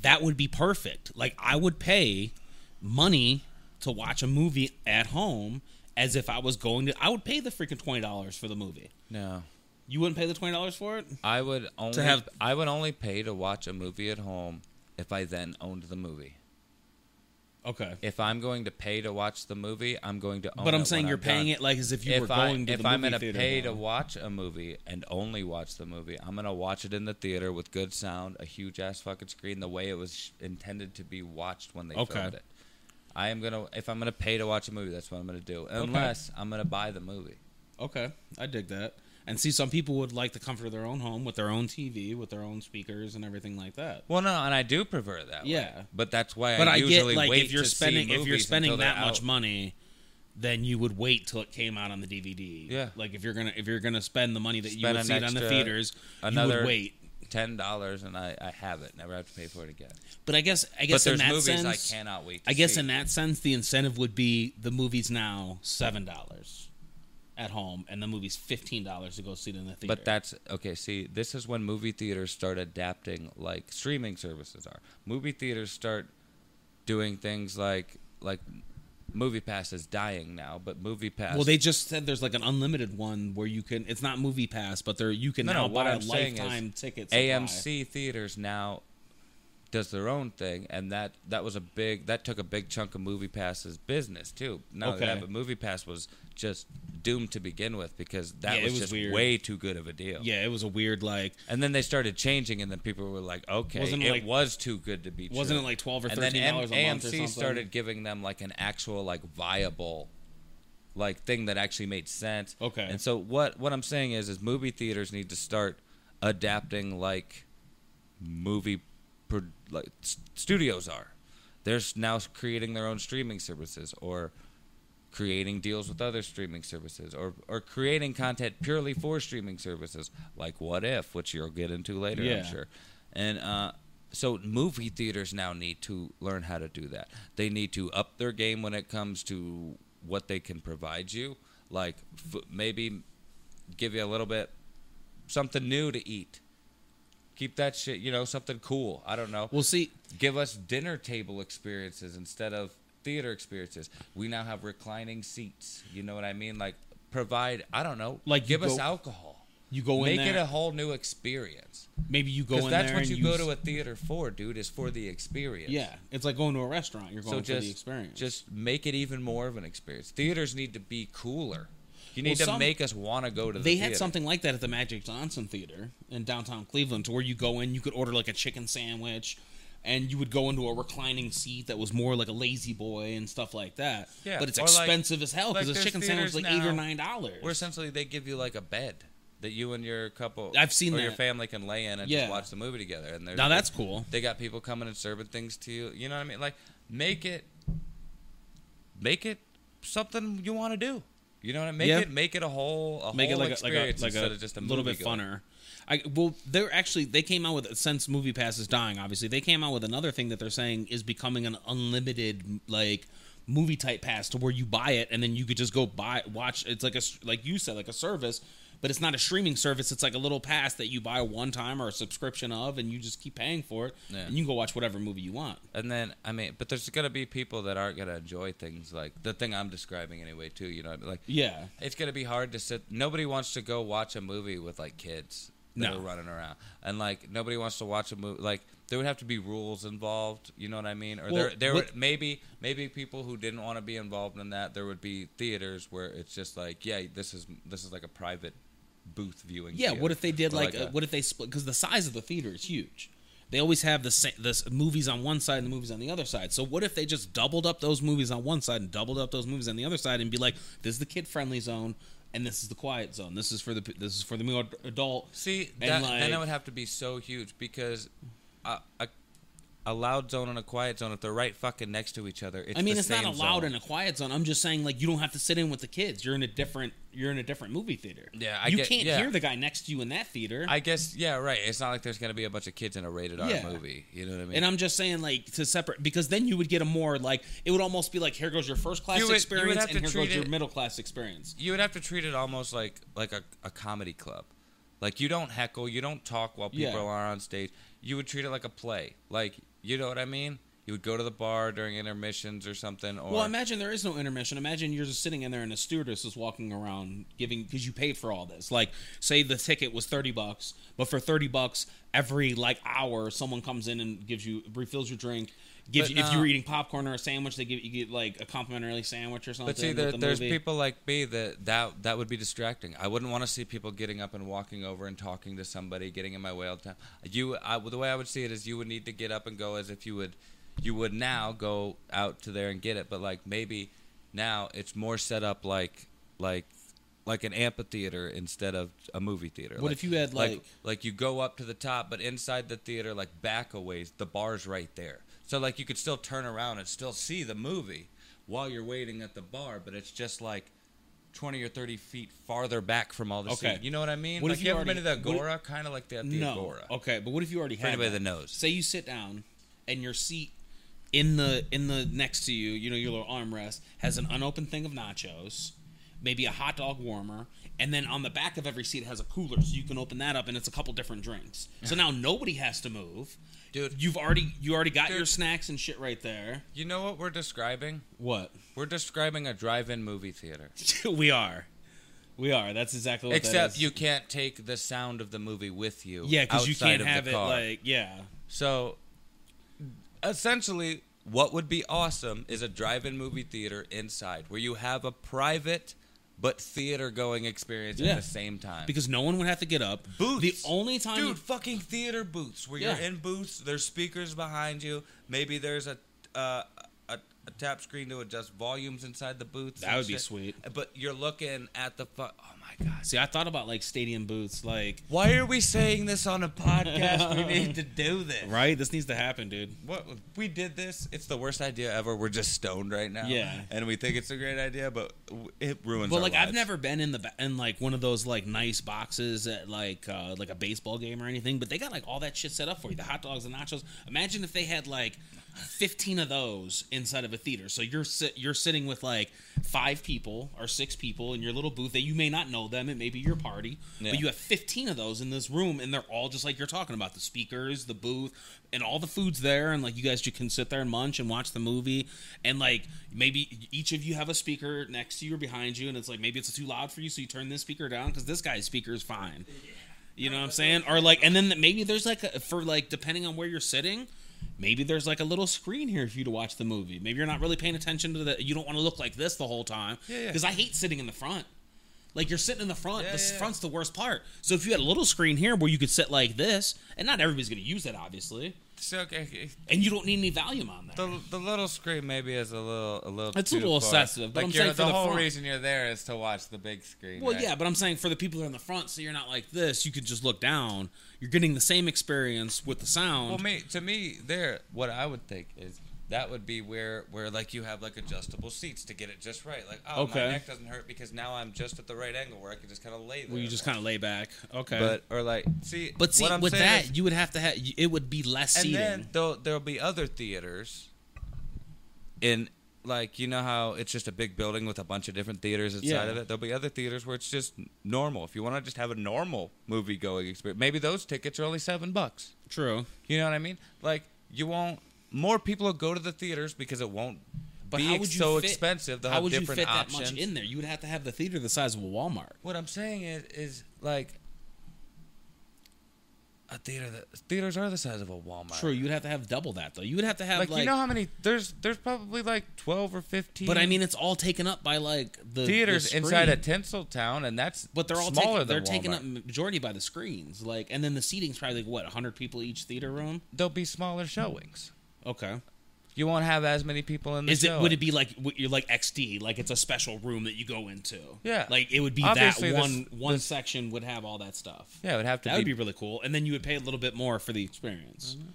A: that would be perfect. Like I would pay money to watch a movie at home as if I was going to I would pay the freaking twenty dollars for the movie.
B: no
A: You wouldn't pay the twenty dollars for it?
B: i would only
A: have-
B: i would only pay to watch a movie at home if i then owned the movie
A: Okay.
B: if I'm going to pay to watch the movie, I'm going to own
A: But
B: it
A: I'm
B: when
A: saying you're paying
B: done.
A: it like as if you were
B: If, I,
A: going to
B: if
A: the
B: I'm
A: movie
B: gonna
A: theater.
B: pay to
A: now.
B: watch a movie and only watch the movie, I'm gonna watch it in the theater with good sound, a huge ass fucking screen, the way it was sh- intended to be watched when they
A: Okay.
B: filmed it. I am gonna if I'm gonna pay to watch a movie, that's what I'm gonna do. Unless I'm gonna buy the movie.
A: Okay, I dig that. And see, some people would like the comfort of their own home with their own TV, with their own speakers, and everything like that.
B: Well, no, and I do prefer it that. way.
A: Yeah.
B: but that's why.
A: But
B: I,
A: I, get
B: usually
A: like
B: wait
A: if you're
B: to see
A: spending if you're
B: movies
A: spending
B: until they're
A: that much
B: out.
A: money, then you would wait till it came out on the DVD.
B: Yeah.
A: Like if you're gonna if you're gonna spend the money that you
B: Spend
A: would
B: an
A: see it on the
B: extra-
A: theaters, you
B: another-
A: would wait.
B: ten dollars and I, I have it. Never have to pay for it again.
A: But I guess I
B: But
A: guess in
B: there's
A: that
B: movies
A: sense,
B: I cannot wait. To
A: I guess
B: see.
A: in that sense, the incentive would be the movie's now seven dollars at home, and the movie's fifteen dollars to go see it in the theater.
B: But that's okay. See, this is when movie theaters start adapting like streaming services are. Movie theaters start doing things like like Movie Pass is dying now, but Movie Pass.
A: well, they just said there's like an unlimited one where you can. It's not Movie Pass, but there you can
B: No,
A: now
B: no, what
A: buy a
B: I'm saying is
A: lifetime ticket. supply.
B: AMC theaters now does their own thing, and that that was a big that took a big chunk of Movie Pass's business too. Now
A: Okay.
B: that, but Movie Pass was just doomed to begin with because that
A: Yeah, it
B: was,
A: was
B: just
A: weird.
B: way too good of a deal.
A: Yeah, it was a weird like.
B: And then they started changing, and then people were like, "Okay,
A: Wasn't it
B: it
A: like-
B: was too good to be true."
A: Wasn't it like twelve or
B: and then
A: thirteen
B: M-
A: dollars a month or
B: AMC
A: something?
B: started giving them like an actual like viable like thing that actually made sense.
A: Okay.
B: And so what what I'm saying is is movie theaters need to start adapting like movie pro- like s- studios are. They're s- now creating their own streaming services or creating deals with other streaming services or or creating content purely for streaming services like What If, which you'll get into later, I'm
A: Yeah.
B: sure. And uh, so movie theaters now need to learn how to do that. They need to up their game when it comes to what they can provide you, like f- maybe give you a little bit something new to eat. Keep that shit, you know, something cool. I don't know
A: Well, see,
B: give us dinner table experiences instead of theater experiences. We now have reclining seats. You know what I mean? Like provide. I don't know.
A: Like, you
B: give us
A: go-
B: alcohol.
A: you go in
B: Make
A: there.
B: it a whole new experience.
A: maybe you go
B: Because
A: in
B: that's
A: there
B: what
A: and
B: you
A: you
B: go to a theater for, dude. Is for the experience.
A: Yeah, it's like going to a restaurant. You're going
B: So
A: for
B: just
A: the experience.
B: just make it even more of an experience. Theaters need to be cooler. You need
A: Well,
B: to
A: some-
B: make us want to go to the.
A: they
B: theater.
A: had something like that at the Magic Johnson Theater in downtown Cleveland, to where you go in, you could order like a chicken sandwich, and you would go into a reclining seat that was more like a lazy boy and stuff like that.
B: Yeah,
A: but it's
B: or like-
A: expensive as hell
B: like
A: because a
B: there's
A: chicken sandwich is like
B: theaters
A: eight or
B: now
A: nine dollars.
B: Where essentially they give you like a bed that you and your couple,
A: I've seen
B: or your
A: that.
B: family can lay in and
A: Yeah.
B: just watch the movie together. And there's
A: Now that's cool.
B: They got people coming and serving things to you. You know what I mean? Like make it, make it something you want to do. You know what I mean? Make
A: Yeah.
B: it make it a whole a
A: make it
B: whole
A: like a, like a,
B: experience
A: like
B: instead
A: a
B: of just a
A: little
B: movie
A: bit
B: going.
A: funner. I, well, they're actually they came out with since Movie Pass is dying. Obviously, they came out with another thing that they're saying is becoming an unlimited like movie type pass to where you buy it and then you could just go buy watch. It's like a s- like you said like a service, but it's not a streaming service. It's like a little pass that you buy one time or a subscription of, and you just keep paying for it,
B: Yeah.
A: and you can go watch whatever movie you want.
B: And then I mean, but there's gonna be people that aren't gonna enjoy things like the thing I'm describing anyway too. You know, what I mean? like
A: Yeah,
B: it's gonna be hard to sit. Nobody wants to go watch a movie with like kids that
A: No.
B: are running around, and like nobody wants to watch a movie. Like there would have to be rules involved. You know what I mean? Or there,
A: Well,
B: there
A: what-
B: would maybe maybe people who didn't want to be involved in that. There would be theaters where it's just like, yeah, this is this is like a private booth viewing.
A: Yeah,
B: theater.
A: what if they did
B: Or
A: like,
B: a-
A: uh what if they split because the size of the theater is huge. They always have the sa- the s- movies on one side and the movies on the other side. So what if they just doubled up those movies on one side and doubled up those movies on the other side and be like, this is the kid friendly zone and this is the quiet zone. This is for the p- this is for the more ad- adult.
B: See,
A: And,
B: that, then it
A: like-
B: would have to be so huge because a, a, a loud zone and a quiet zone, if they're right fucking next to each other, it's
A: I mean,
B: the
A: it's not
B: same
A: a loud
B: zone.
A: and a quiet zone. I'm just saying, like, you don't have to sit in with the kids. You're in a different, you're in a different movie theater.
B: Yeah, I
A: you
B: get-
A: can't
B: yeah.
A: hear the guy next to you in that theater.
B: I guess yeah, right. It's not like there's gonna be a bunch of kids in a rated R
A: Yeah.
B: movie. You know what I mean?
A: And I'm just saying, like, to separate because then you would get a more like it would almost be like here goes your first class
B: You would- you would
A: experience
B: have
A: and
B: to
A: here goes
B: treat
A: your
B: it-
A: middle class experience.
B: you would have to treat it almost like like a, a comedy club. Like you don't heckle, you don't talk while people
A: Yeah.
B: are on stage. You would treat it like a play. Like you know what I mean? You would go to the bar during intermissions or something. Or
A: Well, imagine there is no intermission. Imagine you're just sitting in there and a stewardess is walking around giving because you paid for all this. Like, say the ticket was thirty bucks, but for thirty bucks, every like hour, someone comes in and gives you refills your drink. Gives
B: But
A: you, if you
B: no.
A: were eating popcorn or a sandwich, they give you get like a complimentary sandwich or something.
B: But see,
A: with
B: there,
A: the
B: there's
A: movie.
B: people like me that, that that would be distracting. I wouldn't want to see people getting up and walking over and talking to somebody, getting in my way all the time. You, I, the way I would see it is, you would need to get up and go as if you would, you would now go out to there and get it. But like maybe now it's more set up like like like an amphitheater instead of a movie theater.
A: What if you had,
B: like
A: like-
B: like you go up to the top, but inside the theater, like back a ways, the bar's right there. So like you could still turn around and still see the movie while you're waiting at the bar, but it's just like twenty or thirty feet farther back from all the
A: Okay.
B: seating. You know what I mean?
A: What
B: like
A: if you
B: you ever
A: already-
B: been to the
A: what if-
B: Agora? Kind of like the, the
A: no.
B: Agora.
A: Okay, but what if you already
B: For
A: had
B: anybody
A: that?
B: that knows.
A: Say you sit down and your seat in the in the next to you, you know, your little armrest has an unopened thing of nachos, maybe a hot dog warmer, and then on the back of every seat has a cooler, so you can open that up and it's a couple different drinks. So now nobody has to move.
B: Dude.
A: You've already you already got your
B: Dude.
A: snacks and shit right there.
B: You know what we're describing?
A: What?
B: We're describing a drive-in movie theater.
A: we are. We are. That's exactly what that
B: Except
A: is.
B: you can't take the sound of the movie with you.
A: Yeah, because you
B: outside
A: can't
B: of the
A: have it
B: car.
A: like yeah.
B: So essentially, what would be awesome is a drive-in movie theater inside where you have a private but theater-going experience
A: Yeah.
B: at the same time.
A: Because no one would have to get up.
B: booths.
A: The only time
B: dude, fucking theater booths where
A: Yeah.
B: you're in booths. There's speakers behind you. Maybe there's a uh, a, a tap screen to adjust volumes inside the booths.
A: That
B: and
A: would be
B: shit.
A: sweet.
B: But you're looking at the fuck. Oh my god.
A: See, I thought about like stadium booths, like
B: Why are we saying this on a podcast? we need to do this.
A: right. This needs to happen, dude.
B: What we did this? It's the worst idea ever. We're just stoned right now.
A: Yeah.
B: and we think it's a great idea, but w- it ruins.
A: But
B: our
A: like, I've
B: lives.
A: never been in the ba- in like one of those like nice boxes at like uh, like a baseball game or anything. But they got like all that shit set up for you—the hot dogs, the nachos. Imagine if they had like fifteen of those inside of a theater. So you're sit you're sitting with like five people or six people in your little booth that you may not know them. It may be your party,
B: Yeah.
A: but you have fifteen of those in this room, and they're all just like you're talking about the speakers, the booth, and all the food's there. And like you guys, you can sit there and munch and watch the movie, and like maybe each of you have a speaker next to you or behind you, and it's like maybe it's too loud for you, so you turn this speaker down because this guy's speaker is fine. You know what I'm saying? Or like, and then maybe there's like a, for like depending on where you're sitting, maybe there's like a little screen here for you to watch the movie. Maybe you're not really paying attention to the. You don't want to look like this the whole time.
B: Yeah, yeah.
A: Because I hate sitting in the front. Like you're sitting in the front.
B: Yeah,
A: the
B: yeah, yeah.
A: front's the worst part. So if you had a little screen here where you could sit like this, and not everybody's gonna use that obviously,
B: So, okay,
A: and you don't need any volume on that.
B: The, the little screen maybe is a little a little.
A: It's a
B: too
A: little
B: far.
A: excessive, but
B: like
A: I'm
B: you're-
A: saying for
B: the
A: the
B: whole
A: front.
B: reason you're there is to watch the big screen.
A: Well,
B: right?
A: yeah, but I'm saying for the people that are in the front, so you're not like this. You could just look down. You're getting the same experience with the sound.
B: Well, me to me there, what I would think is that would be where where like you have like adjustable seats to get it just right. Like oh
A: Okay.
B: my neck doesn't hurt because now I'm just at the right angle where I can just kind of lay there.
A: where you just kind of lay back. Okay.
B: but or like see
A: But see,
B: what I'm
A: with
B: saying
A: that,
B: is-
A: you would have to have it would be less
B: and
A: seating.
B: then there'll, there'll be other theaters in like you know how it's just a big building with a bunch of different theaters inside
A: Yeah.
B: of it there'll be other theaters where it's just normal if you want to just have a normal movie going experience maybe those tickets are only seven bucks
A: True.
B: you know what i mean like you won't more people will go to the theaters because it won't be ex- so expensive they'll
A: how
B: have
A: would
B: different
A: you fit
B: options
A: that much in there? You would have to have the theater the size of a Walmart.
B: what I'm saying is, is like a theater. That, theaters are the size of a Walmart.
A: True, you would have to have double that though. You would have to have
B: Like,
A: like,
B: you know how many? There's there's probably like twelve or fifteen.
A: but I mean, it's all taken up by like the the
B: theaters inside of
A: screen.
B: Tinseltown, and that's
A: But they're all
B: smaller
A: taking, they're
B: than
A: taken
B: Walmart.
A: up majority by the screens, like, and then the seating's probably like what hundred people each theater room.
B: There'll be smaller showings.
A: Okay,
B: You won't have as many people in the
A: is
B: show.
A: it would it be like what you're like XD, like it's a special room that you go into?
B: Yeah.
A: like it would be
B: Obviously,
A: that
B: this-
A: one one section would have all that stuff.
B: Yeah, it would have to
A: That would
B: be.
A: be really cool. And then you would pay a little bit more for the experience.
B: Mm-hmm.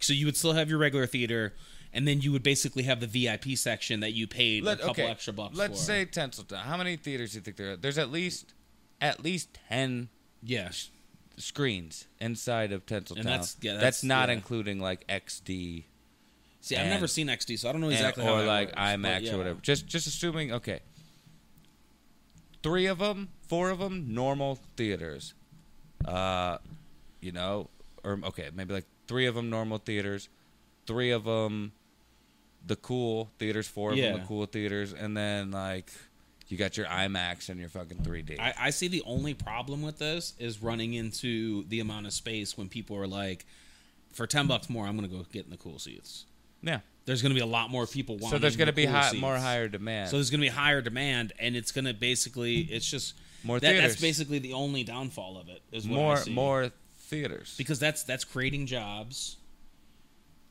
A: So you would still have your regular theater, and then you would basically have the VIP section that you paid
B: let,
A: a couple
B: okay,
A: extra bucks
B: let's
A: for.
B: say Tinseltown. How many theaters do you think there are? There's at least at least ten
A: yeah,
B: screens inside of Tinseltown.
A: that's- yeah,
B: that's
A: that's-
B: not
A: yeah.
B: including like XD
A: see, I've
B: and-
A: never seen XD, so I don't know
B: and-
A: exactly
B: or
A: how that
B: like
A: works,
B: IMAX
A: but yeah.
B: or whatever. Just just assuming okay. Three of them, four of them, normal theaters. Uh, you know, or okay, maybe like three of them normal theaters, three of them the cool theaters, four of them
A: Yeah.
B: the cool theaters, and then like you got your IMAX and your fucking 3D.
A: I, I see the only problem with this is running into the amount of space when people are like, for ten bucks more, I'm gonna go get in the cool seats.
B: yeah.
A: There's gonna be a lot more people.
B: So
A: wanting
B: there's going to
A: the
B: be
A: cool
B: high,
A: seats.
B: more higher demand.
A: So there's going to be higher demand, and it's going to basically, it's just
B: More
A: that, That's
B: theaters.
A: basically the only downfall of it. Is what I
B: more
A: see.
B: more theaters.
A: because that's that's creating jobs.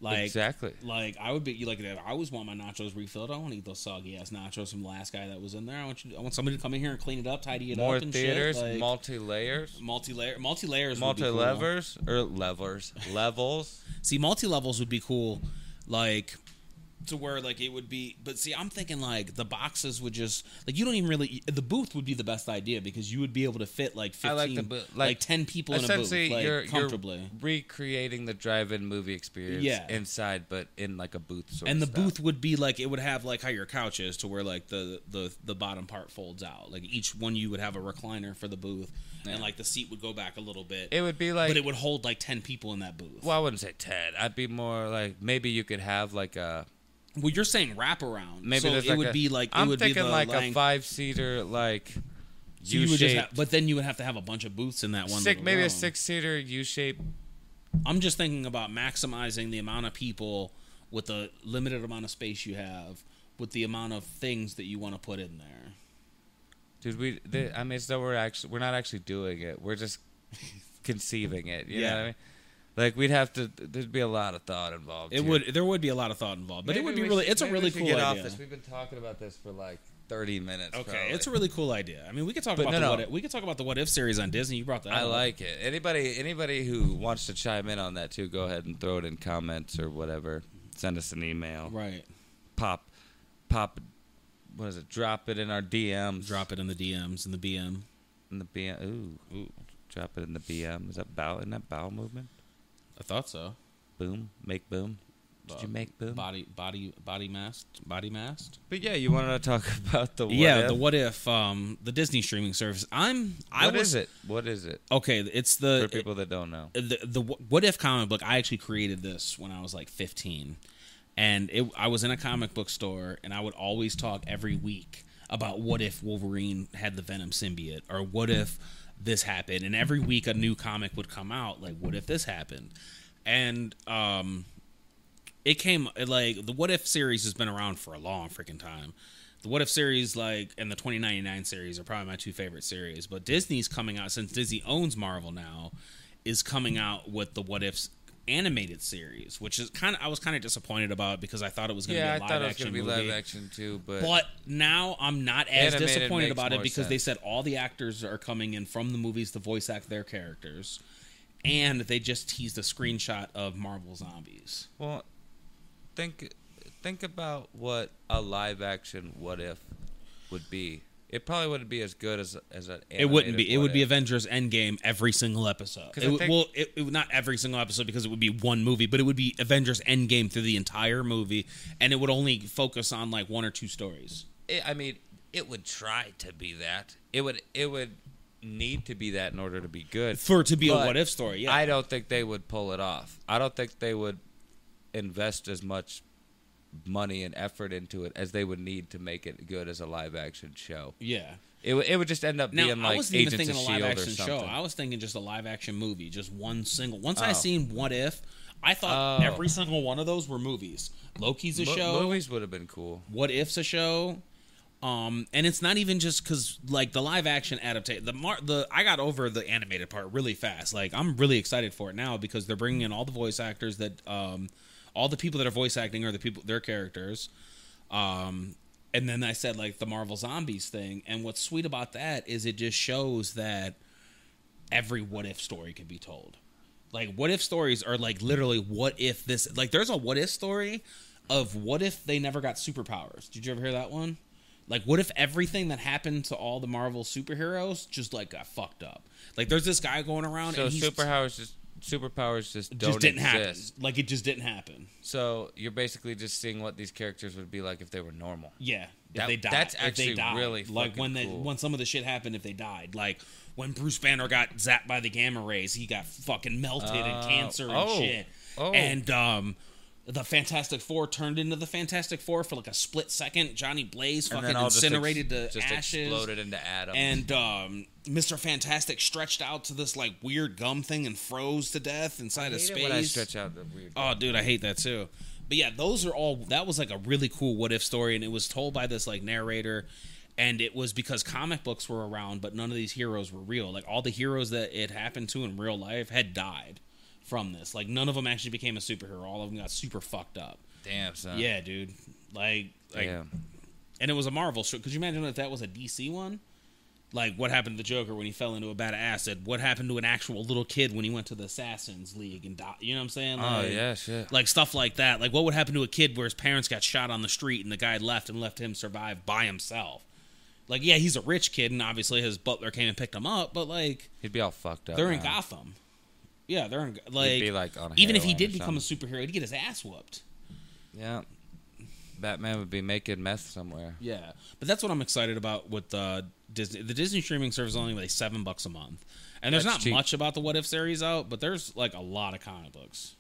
A: Like
B: exactly.
A: Like I would be like if I always want my nachos refilled. I don't want to eat those soggy ass nachos from the last guy that was in there. I want you. I want somebody to come in here and clean it up, tidy it
B: More
A: up, and
B: theaters,
A: shit. Like,
B: multi layers.
A: multi layer, multi layers,
B: multi levers or levers levels
A: See, multi levels would be cool. Like to where like it would be but see i'm thinking like the boxes would just like you don't even really the booth would be the best idea because you would be able to fit like 15
B: I like
A: like,
B: the boo- like-
A: 10 people in a booth
B: Essentially,
A: like,
B: you're, you're
A: comfortably
B: recreating the drive-in movie experience
A: Yeah.
B: inside, but in like a booth. Sort
A: and the
B: of style.
A: booth would be like it would have like how your couch is to where like the the the bottom part folds out like each one you would have a recliner for the booth and like the seat would go back a little bit
B: It would be like.
A: but it would hold like 10 people in that booth
B: well, I wouldn't say Ted. I'd be more like maybe you could have like a
A: well you're saying wraparound
B: maybe
A: so
B: there's
A: it
B: like
A: would
B: a-
A: be like
B: I'm
A: it would
B: thinking
A: be the
B: like a
A: length-
B: five-seater like
A: so you would just have,
B: U-shaped
A: but then you would have to have a bunch of booths in that one
B: six,
A: little
B: maybe a
A: room.
B: six-seater U-shaped
A: I'm just thinking about maximizing the amount of people with the limited amount of space you have, with the amount of things that you want to put in there.
B: Dude, we. They, I mean, it's that we're actually we're not actually doing it. We're just conceiving it. You know
A: Yeah.
B: what I mean? Like we'd have to. There'd be a lot of thought involved.
A: It
B: here.
A: would there would be a lot of thought involved, but
B: Maybe
A: it would be
B: we
A: really
B: should-
A: it's a
B: maybe we
A: really
B: should
A: cool
B: get
A: idea.
B: Off this. We've been talking about this for like thirty minutes.
A: Okay,
B: probably.
A: it's a really cool idea. I mean, we could talk
B: But
A: about
B: no,
A: the
B: no.
A: what if, we could talk about the what if series on Disney. You brought that.
B: I
A: up.
B: like it. Anybody anybody who wants to chime in on that too, go ahead and throw it in comments or whatever. Send us an email.
A: right.
B: Pop, pop. What is it? Drop it in our DMs.
A: Drop it in the DMs and the BM.
B: in the BM. Ooh, ooh. Drop it in the BM. Is that bow? Isn't that bow movement?
A: I thought so.
B: Boom. Make boom. Did you
A: Bo-
B: make boom?
A: Body body body mast body mast.
B: But yeah, you wanted to talk about the what
A: yeah,
B: if?
A: the what if um the Disney streaming service. I'm I
B: What
A: was
B: is it? What is it
A: okay. It's the
B: for people that don't know?
A: Uh, the the wh- what if comic book i actually created this when i was like 15 and it, i was in a comic book store and i would always talk every week about what if wolverine had the venom symbiote or what if this happened and every week a new comic would come out like what if this happened and um it came like the what if series has been around for a long freaking time the what if series like and the 2099 series are probably my two favorite series but disney's coming out since disney owns marvel now is coming out with the what ifs animated series which is kind of i was kind of disappointed about because i thought it was going to
B: Yeah, I
A: be a
B: thought
A: live
B: it was going
A: action
B: to be
A: movie
B: live action too, but,
A: but now i'm not as
B: Animated
A: disappointed
B: makes
A: about it
B: more
A: because they
B: sense.
A: said all the actors are coming in from the movies to voice act their characters and they just teased a screenshot of marvel zombies
B: well, think think about what a live action what if would be. It probably wouldn't be as good as as an.
A: It wouldn't
B: animated
A: be. It
B: What
A: would be
B: If.
A: Avengers Endgame every single episode.
B: 'Cause
A: It
B: I
A: would,
B: think-
A: well, it, it would not every single episode because it would be one movie, but it would be Avengers Endgame through the entire movie, and it would only focus on like one or two stories.
B: It- I mean, it would try to be that. It would. It would need to be that in order to be good.
A: For it to be
B: But
A: a what if story, yeah.
B: I don't think they would pull it off. I don't think they would invest as much money and effort into it as they would need to make it good as a live action show.
A: yeah.
B: It, would- it would just end up
A: Now
B: being
A: I
B: like
A: wasn't even
B: Agents
A: thinking
B: of
A: a live
B: Shield E or
A: action
B: something.
A: show. I was thinking just a live action movie, just one single. Once
B: Oh.
A: I seen What If, I thought
B: Oh.
A: every single one of those were movies. Loki's a
B: Mo-
A: show.
B: Movies would have been cool.
A: What If's a show. Um, and it's not even just because like the live action adaptation. The mar- the I got over the animated part really fast. Like I'm really excited for it now because they're bringing in all the voice actors that um, all the people that are voice acting are the people their characters. Um, and then I said like the Marvel Zombies thing. And what's sweet about that is it just shows that every what if story could be told. Like what if stories are like literally what if this like there's a what if story of what if they never got superpowers. Did you ever hear that one? Like what if everything that happened to all the Marvel superheroes just like got fucked up? Like there's this guy going around
B: So
A: and he's
B: superpowers just superpowers just don't
A: just didn't happen.
B: exist.
A: Like it just didn't happen.
B: So you're basically just seeing what these characters would be like if they were normal.
A: Yeah, if
B: That-
A: they died,
B: that's
A: if
B: actually
A: they died.
B: really
A: like
B: fucking
A: when they
B: cool.
A: when some of the shit happened. If they died, like when Bruce Banner got zapped by the gamma rays, he got fucking melted
B: Oh,
A: and cancer and
B: oh,
A: shit.
B: oh.
A: And um, the Fantastic Four turned into the Fantastic Four for like a split second. Johnny Blaze
B: And
A: fucking
B: then all just ex-
A: incinerated to
B: just
A: ashes
B: exploded into atoms.
A: and um, Mister Fantastic stretched out to this like weird gum thing and froze to death inside
B: I
A: of
B: hate
A: space.
B: it when I stretch out the weird.
A: Oh, dude, I hate that too. But yeah, those are all. That was like a really cool what if story, and it was told by this like narrator, and it was because comic books were around, but none of these heroes were real. Like all the heroes that it happened to in real life had died from this. Like none of them actually became a superhero. All of them got super fucked up.
B: Damn son.
A: Yeah, dude. Like, like,
B: Yeah.
A: and it was a Marvel show. Could you imagine if that was a DC one? Like what happened to the Joker when he fell into a vat of acid? What happened to an actual little kid when he went to the Assassins League and died? You know what I'm saying?
B: Oh
A: Like-
B: yeah, shit.
A: like stuff like that. Like what would happen to a kid where his parents got shot on the street and the guy left and left him survive by himself? Like yeah, he's a rich kid and obviously his butler came and picked him up, but like
B: He'd be all fucked up.
A: they're in
B: now.
A: Gotham. Yeah, they're in
B: Oh, He'd
A: like,
B: be like on
A: even if he
B: heroin or
A: did become a
B: something.
A: superhero, he'd get his ass whooped.
B: yeah, Batman would be making meth somewhere.
A: Yeah, but that's what I'm excited about with uh, Disney. The Disney streaming service is only like seven bucks a month, and there's
B: That's
A: not
B: cheap.
A: much about the What If series out, but there's like a lot of comic books.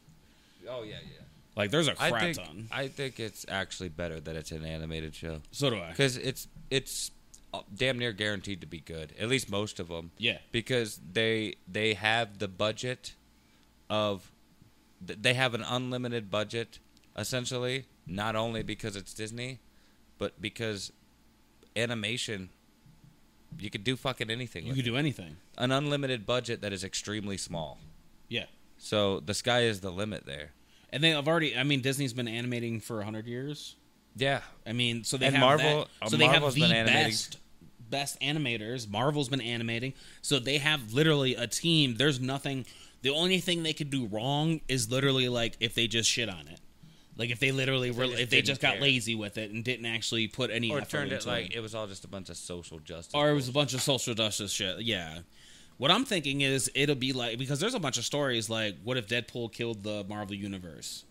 B: Oh yeah, yeah.
A: Like there's a crap
B: I think
A: ton.
B: I think it's actually better that it's an animated show
A: So do I.
B: because it's it's uh, damn near guaranteed to be good. At least most of them.
A: Yeah.
B: because they they have the budget of th- they have an unlimited budget essentially. Not only because it's Disney, but because animation, you could do fucking anything.
A: You
B: with
A: could
B: it.
A: do anything.
B: An unlimited budget that is extremely small.
A: Yeah.
B: So the sky is the limit there.
A: And they have already. I mean, Disney's been animating for hundred years.
B: Yeah,
A: I mean, so they
B: And
A: have
B: Marvel-
A: that-
B: uh,
A: so they have
B: Marvel's
A: the
B: been animating.
A: best best animators. Marvel's been animating, so they have literally a team. There's nothing. The only thing they could do wrong is literally like if they just shit on it, like if they literally if they just,
B: just
A: if they
B: didn't
A: just
B: care.
A: got lazy with it and didn't actually put any
B: or
A: effort
B: turned it
A: into
B: like it was all just a bunch of social justice.
A: or it was a bunch of social justice shit. Yeah. What I'm thinking is it'll be like because there's a bunch of stories like what if Deadpool killed the Marvel universe?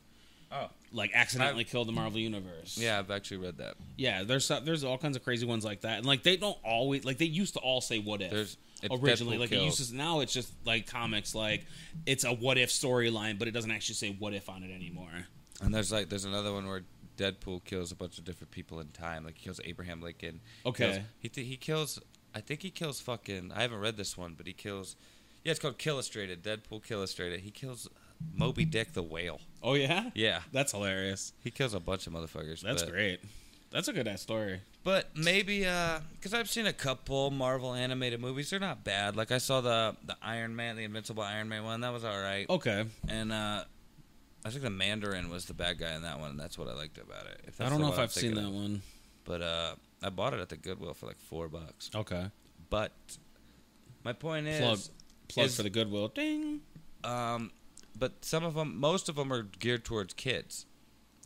B: oh
A: Like accidentally killed the Marvel universe.
B: yeah, I've actually read that.
A: Yeah, there's so- there's all kinds of crazy ones like that, and like they don't always like they used to all say what if
B: There's- it's
A: originally.
B: Deadpool
A: Like it
B: killed.
A: used to now it's just like comics like it's a what if storyline, but it doesn't actually say what if on it anymore.
B: And there's like there's another one where Deadpool kills a bunch of different people in time. Like he kills Abraham Lincoln. He
A: Okay.
B: kills- he th- he kills. I think he kills fucking. I haven't read this one, but he kills. Yeah, it's called Killustrated. Deadpool Killustrated. He kills Moby Dick the whale.
A: Oh yeah,
B: Yeah,
A: that's hilarious.
B: he kills a bunch of motherfuckers.
A: That's
B: but-
A: great. That's a good ass story.
B: But maybe because I've seen a couple Marvel animated movies, they're not bad. Like I saw the the Iron Man, the Invincible Iron Man one, that was all right.
A: Okay,
B: And uh, I think the Mandarin was the bad guy in that one, and that's what I liked about it. If
A: I
B: that's
A: don't
B: the
A: know if
B: I'm
A: I've seen
B: thinking
A: that
B: of.
A: one.
B: But uh, I bought it at the Goodwill for like four bucks.
A: Okay,
B: But my point is,
A: plug plug
B: is-
A: for the Goodwill. Ding.
B: um, but some of them, most of them are geared towards kids.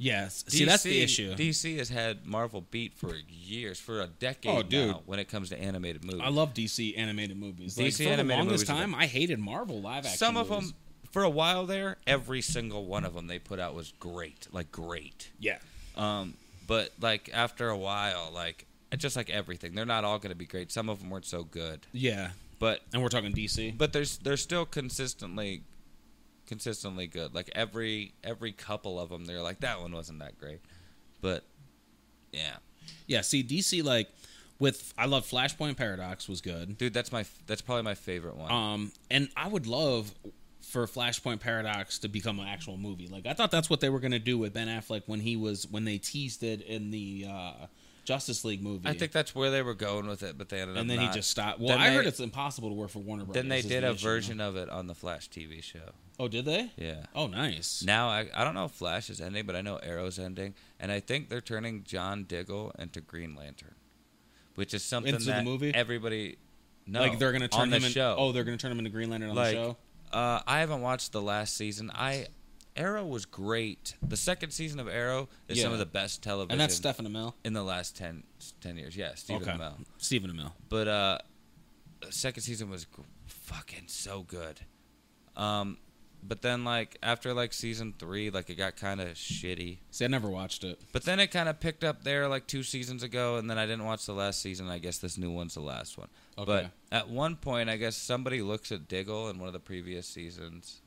A: Yes. See, that's the
B: DC
A: issue.
B: DC has had Marvel beat for years, for a decade
A: Oh, dude.
B: now, when it comes to animated movies.
A: I love DC animated movies. Like,
B: DC
A: for the
B: animated
A: longest
B: movies are
A: time, I hated Marvel live action.
B: some of
A: movies.
B: them for a while there every single one of them they put out was great like great
A: Yeah.
B: um but like after a while like just like everything they're not all going to be great some of them weren't so good
A: Yeah.
B: but
A: And we're talking DC.
B: but there's they're still consistently consistently good like every every couple of them they're like that one wasn't that great but yeah
A: Yeah, see DC like with I love Flashpoint Paradox was good.
B: dude that's my that's probably my favorite one
A: Um and I would love for Flashpoint Paradox to become an actual movie. Like I thought that's what they were going to do with Ben Affleck when he was when they teased it in the uh Justice League movie.
B: i think that's where they were going with it but they ended up
A: and then he
B: not.
A: just stopped. Well,
B: Then
A: I
B: they-
A: heard it's impossible to work for Warner Bros.
B: then they
A: is
B: did
A: the
B: a
A: issue.
B: version of it on the flash tv show
A: Oh, did they?
B: yeah
A: Oh, nice.
B: Now I, I don't know if Flash is ending, but I know Arrow's ending, and I think they're turning John Diggle into Green Lantern, which is something
A: Into the
B: that
A: movie?
B: everybody no
A: like they're going to turn
B: on
A: him
B: the
A: in-
B: show.
A: Oh, they're going to turn him into Green Lantern on
B: like
A: the show.
B: uh, I haven't watched the last season. I Arrow was great. The second season of Arrow is some
A: Yeah.
B: of the best television
A: And that's Stephen Amell.
B: in the last 10, 10 years. Yeah, Stephen
A: okay.
B: Amell.
A: Stephen Amell.
B: But uh, the second season was gr- fucking so good. Um, but then like after like season three, like it got kind of shitty.
A: See, I never watched it.
B: But then it kind of picked up there like two seasons ago, and then I didn't watch the last season. I guess this new one's the last one.
A: Okay.
B: But at one point, I guess somebody looks at Diggle in one of the previous seasons,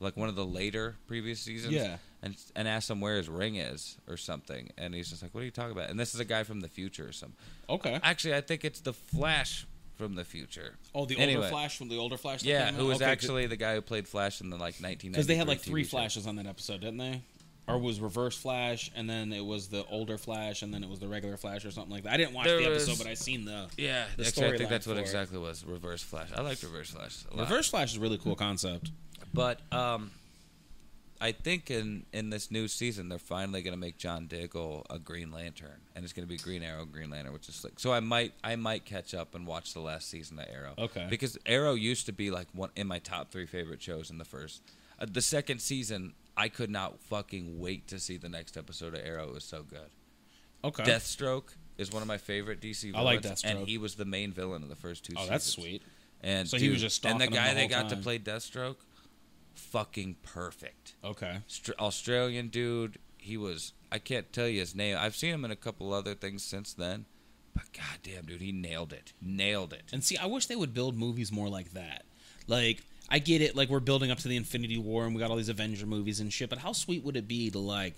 B: like one of the later previous seasons,
A: Yeah.
B: and and asks him where his ring is or something, and he's just like, "What are you talking about?" And this is a guy from the future or something.
A: Okay.
B: Actually, I think it's the Flash from the future.
A: Oh, the
B: Anyway.
A: older Flash from the older Flash. that
B: Yeah,
A: came out?
B: who was
A: Okay, 'cause-
B: actually the guy who played Flash in the like 1990s?
A: because they had like three flashes on that episode, didn't they? Or was Reverse Flash, and then it was the older Flash, and then it was the regular Flash, or something like that. I didn't watch
B: There
A: the
B: was-
A: episode, but I seen the
B: Yeah,
A: the
B: actually, I
A: storyline
B: think that's what
A: for it.
B: exactly was. Reverse Flash. I liked Reverse Flash. A lot.
A: Reverse Flash is a really cool concept.
B: But um, I think in in this new season they're finally gonna make John Diggle a Green Lantern, and it's gonna be Green Arrow, Green Lantern, which is slick. So I might I might catch up and watch the last season of Arrow.
A: Okay.
B: Because Arrow used to be like one in my top three favorite shows in the first, uh, the second season. I could not fucking wait to see the next episode of Arrow. It was so good.
A: Okay.
B: Deathstroke is one of my favorite DC villains,
A: I like Deathstroke.
B: and he was the main villain of the first two.
A: Oh, that's
B: seasons.
A: sweet.
B: And
A: So he was
B: dude-
A: just
B: and the
A: stalking him
B: guy
A: the
B: that
A: whole
B: got to
A: time.
B: play Deathstroke, fucking perfect.
A: Okay.
B: Str- Australian dude. He was. I can't tell you his name. I've seen him in a couple other things since then, but goddamn, dude, he nailed it. Nailed it.
A: And see, I wish they would build movies more like that. Like, I get it, like we're building up to the Infinity War and we got all these Avenger movies and shit, but how sweet would it be to like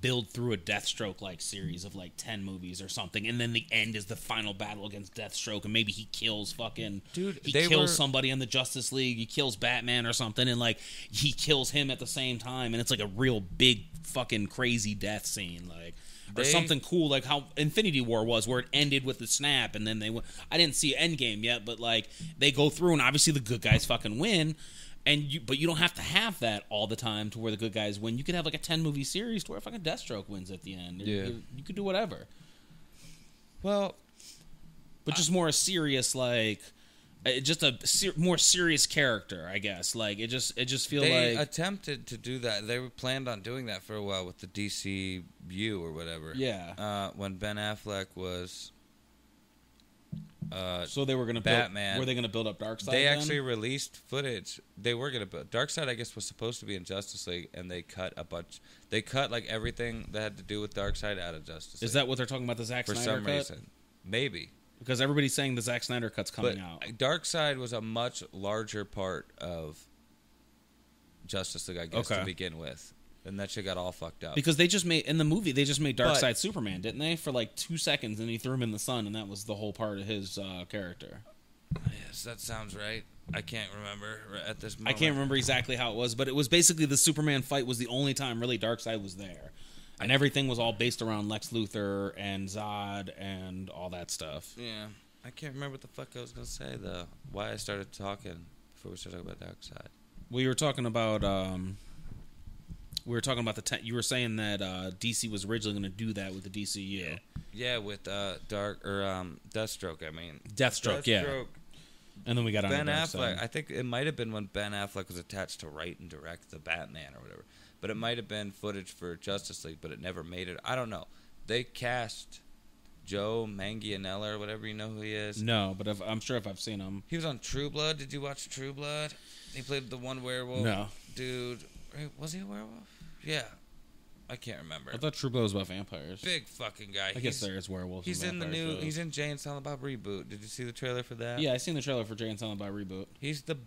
A: build through a Deathstroke like series of like ten movies or something, and then the end is the final battle against Deathstroke, and maybe he kills fucking
B: Dude,
A: he
B: they
A: kills
B: were-
A: somebody in the Justice League, he kills Batman or something, and like he kills him at the same time, and it's like a real big fucking crazy death scene, like or
B: They-
A: something cool like how Infinity War was, where it ended with the snap, and then they went. I didn't see Endgame yet, but like they go through, and obviously the good guys fucking win. And you, but you don't have to have that all the time to where the good guys win. You could have like a ten movie series to where fucking Deathstroke wins at the end.
B: Yeah.
A: you, you could do whatever,
B: Well,
A: but just more a serious like, uh, just a ser- more serious character, I guess. Like it just, it just feel
B: they
A: like
B: attempted to do that. They were planned on doing that for a while with the DCU or whatever.
A: Yeah.
B: Uh, when Ben Affleck was. Uh,
A: so they were gonna
B: Batman.
A: Build, were they gonna build up Darkseid?
B: they
A: then?
B: actually released footage. They were gonna build Darkseid. I guess was supposed to be in Justice League, and they cut a bunch. They cut like everything that had to do with Darkseid out of Justice.
A: is
B: League
A: that what they're talking about? The Zack
B: for
A: Snyder
B: some
A: cut?
B: reason? Maybe,
A: because everybody's saying the Zack Snyder cut's
B: but
A: coming out.
B: Darkseid was a much larger part of Justice League, I guess,
A: Okay.
B: to begin with, and that shit got all fucked up.
A: Because they just made in the movie they just made Dark
B: But-
A: Side Superman, didn't they? For like two seconds, and he threw him in the sun, and that was the whole part of his uh, character.
B: Oh, yes, that sounds right. I can't remember r- at this
A: I
B: moment.
A: can't remember exactly how it was, but it was basically the Superman fight was the only time really Dark Side was there, and everything was all based around Lex Luthor and Zod and all that stuff.
B: Yeah, I can't remember what the fuck I was gonna say though. Why I started talking before we started talking about Darkseid.
A: We were talking about um, we were talking about the te- you were saying that uh, DC was originally going to do that with the DCU.
B: Yeah, with uh, Dark or um, Deathstroke. I mean,
A: Deathstroke, yeah. And then we got on
B: Ben
A: to Dark
B: Affleck.
A: Side.
B: I think it might have been when Ben Affleck was attached to write and direct the Batman or whatever. But it might have been footage for Justice League, but it never made it. I don't know. They cast Joe Manganiello or whatever you know who he is.
A: No, but if, I'm sure if I've seen him,
B: He was on True Blood. Did you watch True Blood? He played the one werewolf.
A: No.
B: dude, Right, was he a werewolf? Yeah, I can't remember.
A: I thought True Blood was about vampires.
B: Big fucking guy.
A: I guess
B: He's-
A: there is werewolves.
B: He's in
A: and
B: the
A: vampires,
B: new.
A: though.
B: He's in Jay and Silent Bob reboot. Did you see the trailer for that?
A: yeah, I seen the trailer for Jay and Silent Bob reboot.
B: He's the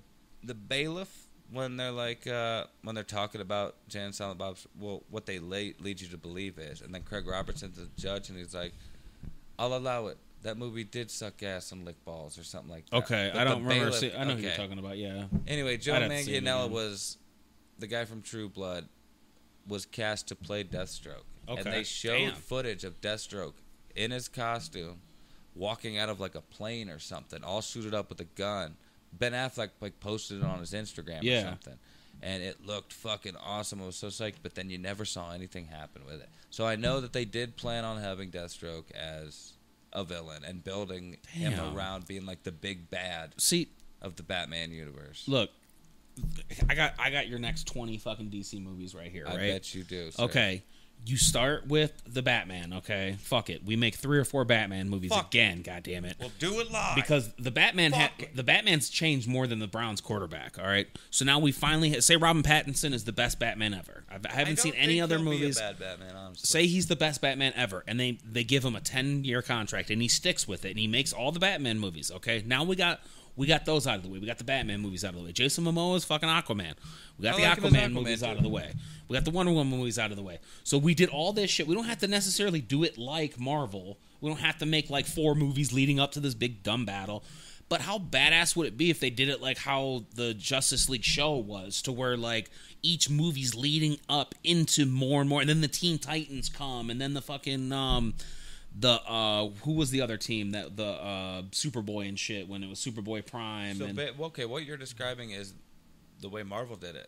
B: the bailiff when they're like uh, when they're talking about Jay and Silent Bob's well what they la- lead you to believe is, and then Craig Robertson's the judge, and he's like, "I'll allow it." That movie did suck ass and lick balls or something like that.
A: Okay,
B: But
A: I
B: the
A: don't remember.
B: bailiff-
A: See, I know who you're
B: okay.
A: talking about. Yeah,
B: Anyway, Joe
A: I didn't see it
B: Manganiello
A: again.
B: was the guy from True Blood was cast to play Deathstroke. And
A: Okay.
B: they showed
A: Damn.
B: footage of Deathstroke in his costume walking out of like a plane or something, all suited up with a gun. Ben Affleck like posted it on his Instagram or
A: Yeah.
B: something. And it looked fucking awesome. I was so psyched, but then you never saw anything happen with it. So I know that they did plan on having Deathstroke as a villain and building
A: Damn.
B: him around being like the big bad
A: see,
B: of the Batman universe.
A: look, I got I got your next twenty fucking DC movies right here.
B: I
A: Right?
B: bet you do. sir.
A: Okay. You start with the Batman, okay? Fuck it. We make three or four Batman movies
B: Fuck.
A: again, God damn it.
B: We'll do it live.
A: because the Batman ha-
B: Fuck it.
A: the Batman's changed more than the Browns quarterback. All right, so now we finally ha- say Robin Pattinson is the best Batman ever. I've, I haven't
B: don't
A: seen any
B: think
A: other
B: he'll be a
A: movies.
B: bad Batman, honestly.
A: Say he's the best Batman ever, and they they give him a ten year contract, and he sticks with it, and he makes all the Batman movies. Okay, now we got we got those out of the way. We got the Batman movies out of the way. Jason Momoa is fucking Aquaman. We got
B: I
A: the
B: like him
A: Aquaman
B: as Aquaman,
A: movies out
B: too.
A: of the way. We got the Wonder Woman movies out of the way. So we did all this shit. We don't have to necessarily do it like Marvel. We don't have to make like four movies leading up to this big dumb battle. But how badass would it be if they did it like how the Justice League show was, to where like each movie's leading up into more and more, and then the Teen Titans come, and then the fucking um, the uh, who was the other team that the uh Superboy and shit when it was Superboy Prime
B: so
A: and
B: ba- well, okay, what you're describing is the way Marvel did it.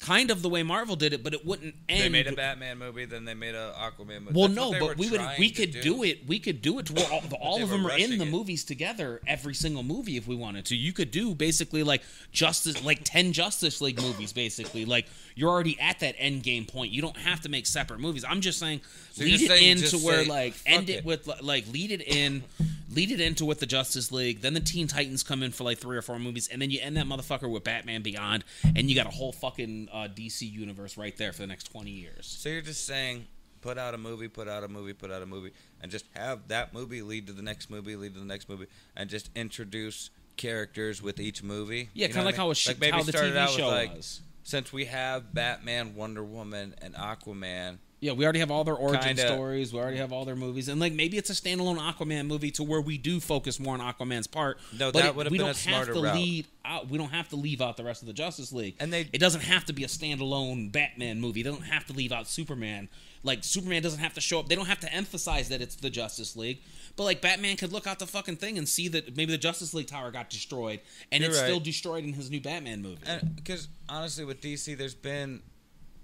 A: kind of the way Marvel did it, but it wouldn't end.
B: They made a Batman movie, then they made a Aquaman movie.
A: Well,
B: That's what
A: no,
B: they were
A: but we would
B: trying
A: we
B: to
A: could do. it. We could do it to where all, the, all
B: they
A: of them
B: were
A: are in
B: rushing
A: the
B: it.
A: movies together. Every single movie, if we wanted to, you could do basically like Justice, like ten Justice League movies. Basically, like you're already at that end game point. You don't have to make separate movies. I'm just saying,
B: you're
A: lead it
B: saying
A: into
B: just
A: where
B: say,
A: like
B: "Fuck
A: end it
B: it."
A: with li- like lead it in, lead it into with the Justice League. Then the Teen Titans come in for like three or four movies, and then you end that motherfucker with Batman Beyond, and you got a whole fucking uh, DC universe right there for the next twenty years.
B: So you're just saying, put out a movie, put out a movie, put out a movie, and just have that movie lead to the next movie, lead to the next movie, and just introduce characters with each movie.
A: Yeah,
B: You know
A: kind of
B: what
A: like
B: I mean?
A: how a sh-
B: Like, maybe
A: how the
B: start it out
A: TV
B: with,
A: show
B: like,
A: was.
B: Since we have Batman, Wonder Woman, and Aquaman,
A: Yeah, we already have all their origin
B: Kinda.
A: stories. We already have all their movies, and like maybe it's a standalone Aquaman movie to where we do focus more on Aquaman's part.
B: No,
A: but
B: that
A: it-
B: would've
A: we
B: been
A: don't
B: a smarter
A: have to
B: route.
A: lead out. We don't have to leave out the rest of the Justice League,
B: And they-
A: it doesn't have to be a standalone Batman movie. They don't have to leave out Superman. Like Superman doesn't have to show up. They don't have to emphasize that it's the Justice League. But like Batman could look out the fucking thing and see that maybe the Justice League tower got destroyed, and
B: You're
A: it's still
B: right.
A: destroyed in his new Batman movie.
B: because uh, honestly, with DC, there's been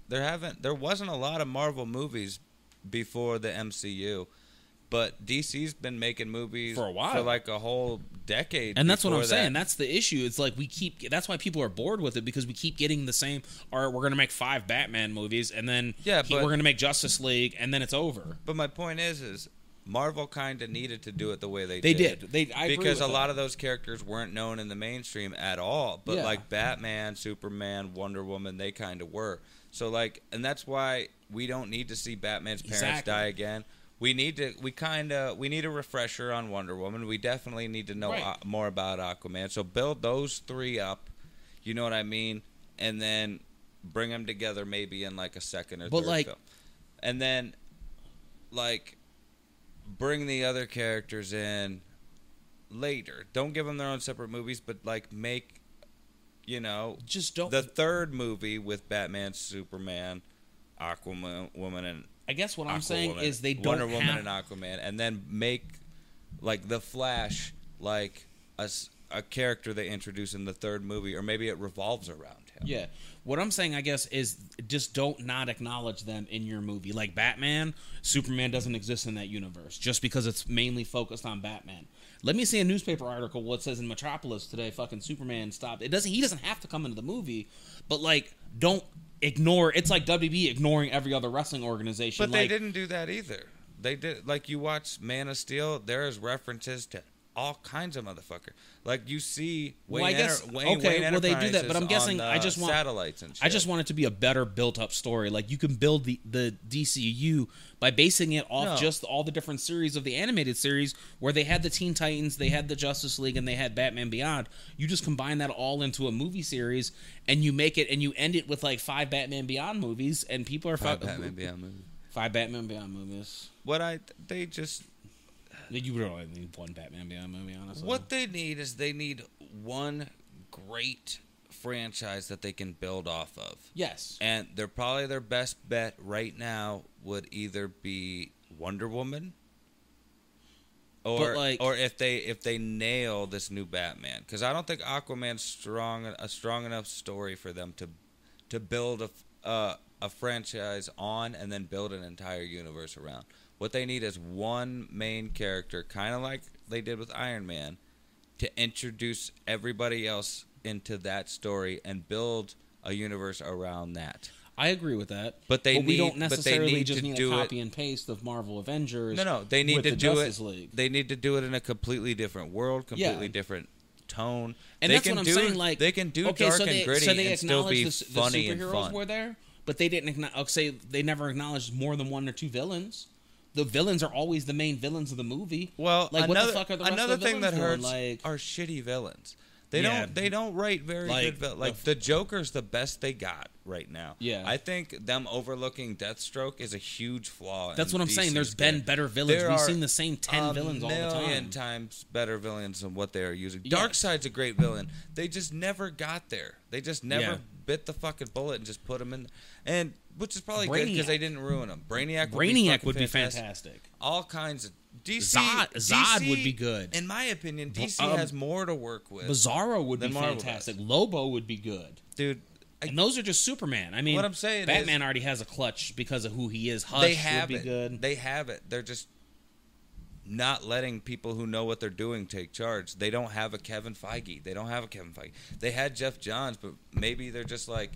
B: there haven't there wasn't a lot of Marvel movies before the MCU. But DC's been making movies
A: For a while.
B: for like a whole decade,
A: And that's what I'm
B: before that.
A: saying. That's the issue. It's like we keep. That's why people are bored with it because we keep getting the same. All right, we're gonna make five Batman movies, and then
B: Yeah,
A: he-
B: but-
A: we're gonna make Justice League, and then it's over.
B: But my point is, is Marvel kind of needed to do it the way they
A: They
B: did.
A: did. They- I agree
B: because
A: with
B: a
A: that.
B: lot of those characters weren't known in the mainstream at all. But
A: Yeah.
B: like Batman, Superman, Wonder Woman, they kind of were. So like, and that's why we don't need to see Batman's parents
A: Exactly.
B: die again. We need to. We kind of. We need a refresher on Wonder Woman. We definitely need to know
A: Right.
B: uh, more about Aquaman. So build those three up. You know what I mean? And then bring them together maybe in like a second or
A: But,
B: third
A: like-
B: film. And then like bring the other characters in later. Don't give them their own separate movies, but like make you know
A: Just don't.
B: the third movie with Batman, Superman, Aquaman, woman, and
A: I guess what I'm
B: Aquawoman,
A: saying is they don't
B: Wonder
A: have.
B: Woman and Aquaman, and then make like the Flash like a, s- a character they introduce in the third movie, or maybe it revolves around him.
A: Yeah. What I'm saying, I guess, is just don't not acknowledge them in your movie. Like Batman, Superman doesn't exist in that universe just because it's mainly focused on Batman. Let me see a newspaper article what says in Metropolis today fucking Superman stopped. It doesn't he doesn't have to come into the movie, but like don't ignore it's like WB ignoring every other wrestling organization.
B: But they
A: like,
B: didn't do that either. They did like you watch Man of Steel. There is references to all kinds of motherfucker. Like you see Wayne.
A: Well, I guess-
B: Enter- Wayne
A: okay,
B: Wayne
A: well, they do that, but
B: Enterprises
A: I'm
B: on
A: guessing-
B: the
A: I just want-
B: satellites and shit.
A: I just want it to be a better built up story. Like you can build the the DCU by basing it off
B: No.
A: just all the different series of the animated series where they had the Teen Titans, they had the Justice League, and they had Batman Beyond. You just combine that all into a movie series and you make it and you end it with like five Batman Beyond movies, and people are
B: Five
A: fu-
B: Batman Beyond movie.
A: five Batman Beyond movies.
B: What I they just
A: You would only need one Batman Beyond movie, honestly.
B: what they need is they need one great franchise that they can build off of.
A: Yes.
B: And they're probably their best bet right now would either be Wonder Woman or
A: But, like-
B: or if they if they nail this new Batman cuz I don't think Aquaman's strong a strong enough story for them to to build a f- uh, a franchise on and then build an entire universe around. What they need is one main character, kind of like they did with Iron Man, to introduce everybody else into that story and build a universe around that.
A: I agree with that.
B: But they
A: we don't
B: need- but they
A: necessarily
B: need
A: just
B: to
A: need a
B: do it-
A: copy and paste of Marvel Avengers.
B: No, no, they need
A: with
B: to
A: the
B: do
A: Justice
B: it.
A: League.
B: They need to do it in a completely different world, completely
A: Yeah.
B: different tone.
A: And
B: they
A: that's
B: can
A: what I'm
B: do,
A: saying. Like
B: they can do
A: okay,
B: dark
A: so they,
B: and gritty
A: so they
B: and still
A: acknowledged
B: be
A: the, su- the
B: funny and
A: superheroes
B: fun.
A: were there, but they didn't acknow- okay, say they never acknowledged more than one or two villains. The villains are always the main villains of the movie.
B: Well,
A: like what
B: another,
A: the fuck are the rest
B: another
A: of the
B: thing that
A: villains
B: hurts
A: doing? Like,
B: are shitty villains. They
A: Yeah.
B: don't they don't write very
A: Like,
B: good villains. Like
A: the-
B: the, Joker's the best they got right now.
A: Yeah.
B: I think them overlooking Deathstroke is a huge flaw. in
A: That's what I'm saying.
B: DC's
A: There's been
B: game.
A: better villains.
B: There
A: We've
B: are
A: seen the same 10
B: a
A: villains all the
B: million
A: time.
B: times better villains than what they are using.
A: Yes.
B: Darkseid's a great villain. They just never got there. They just never
A: Yeah.
B: bit the fucking bullet and just put him in. And which is probably good because
A: Brainiac.
B: they didn't ruin him. Brainiac. Would be
A: Brainiac
B: fucking
A: would be
B: fantastic
A: fantastic.
B: all kinds of DC.
A: Zod- Zod
B: DC,
A: would be good.
B: in my opinion. DC
A: um,
B: has more to work with,
A: Bizarro would
B: Then
A: be
B: Marvel
A: fantastic. Lobo would be good.
B: dude.
A: and those are just Superman. I mean,
B: What I'm saying is-
A: Batman already has a clutch because of who he is. Hush
B: they
A: would
B: have
A: be
B: it.
A: good.
B: They have it. They're just not letting people who know what they're doing take charge. They don't have a Kevin Feige. They don't have a Kevin Feige. They had Jeff Johns, but maybe they're just like,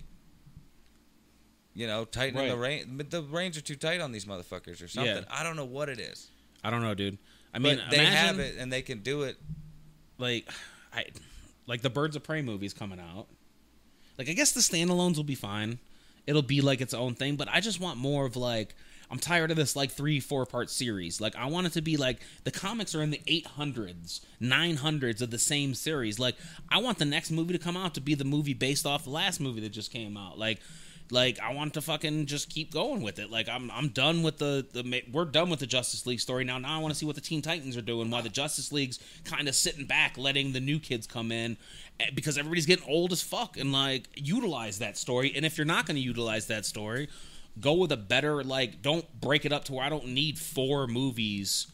B: you know, tightening the rein. But the reins are too tight on these motherfuckers or something.
A: Yeah.
B: I don't know what it is.
A: I don't know, dude. I mean,
B: but they
A: imagine,
B: have it and they can do it.
A: like I like the Birds of Prey movies coming out. Like I guess the standalones will be fine. It'll be like its own thing, but I just want more of like I'm tired of this like 3 4 part series. Like I want it to be like the comics are in the 800s, 900s of the same series. Like I want the next movie to come out to be the movie based off the last movie that just came out. Like like I want to fucking just keep going with it. Like I'm I'm done with the the ma- we're done with the Justice League story now. Now I want to see what the Teen Titans are doing. Why the Justice League's kind of sitting back, letting the new kids come in eh, because everybody's getting old as fuck and like utilize that story. And if you're not going to utilize that story, go with a better like. Don't break it up to where I don't need four movies.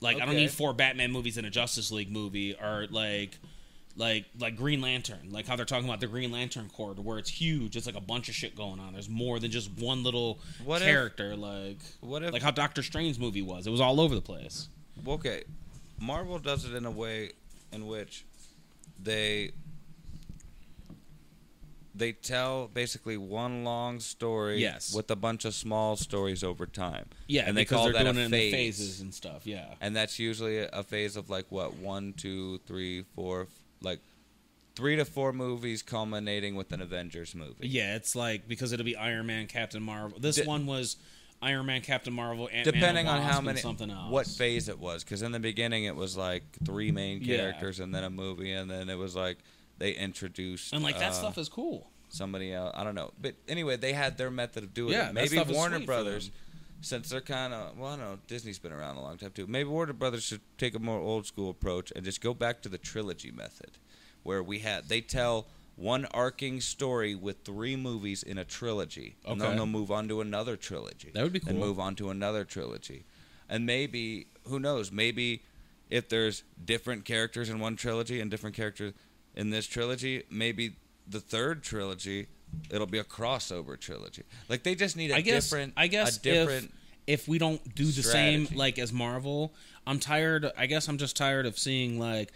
A: Like I don't
B: Okay.
A: need four Batman movies and a Justice League movie or like like like Green Lantern, like how they're talking about the Green Lantern Corps, where it's huge. It's like a bunch of shit going on. There's more than just one little
B: What if-
A: character, like
B: what if-
A: like how Doctor Strange's movie was. It was all over the place.
B: Okay, Marvel does it in a way in which they they tell basically one long story
A: Yes.
B: with a bunch of small stories over time.
A: Yeah,
B: and they
A: because
B: call
A: they're
B: that
A: doing
B: a
A: it in the
B: phase.
A: phases and stuff. Yeah,
B: And that's usually a- a phase of like what one, two, three, four, f- like three to four movies culminating with an Avengers movie.
A: yeah. It's like because it'll be Iron Man, Captain Marvel. This
B: De-
A: one was Iron Man, Captain Marvel, Ant
B: depending on how many
A: something else.
B: what phase it was because in the beginning it was like three main
A: Yeah.
B: characters and then a movie and then it was like they introduced
A: and like that
B: uh,
A: stuff is cool.
B: somebody else i don't know but anyway they had their method of doing
A: Yeah,
B: it
A: that
B: maybe
A: stuff is
B: warner
A: sweet for
B: brothers
A: them.
B: since they're kind of well i don't know disney's been around a long time too maybe warner brothers should take a more old school approach and just go back to the trilogy method where we had they tell one arcing story with three movies in a trilogy and then
A: Okay.
B: they'll move on to another trilogy
A: That would be
B: and
A: cool.
B: move on to another trilogy and maybe who knows maybe if there's different characters in one trilogy and different characters in this trilogy maybe the third trilogy it'll be a crossover trilogy like they just need a
A: I guess
B: different
A: I guess
B: a different
A: if, if we don't do the
B: strategy.
A: same like as Marvel, I'm tired. I guess I'm just tired of seeing like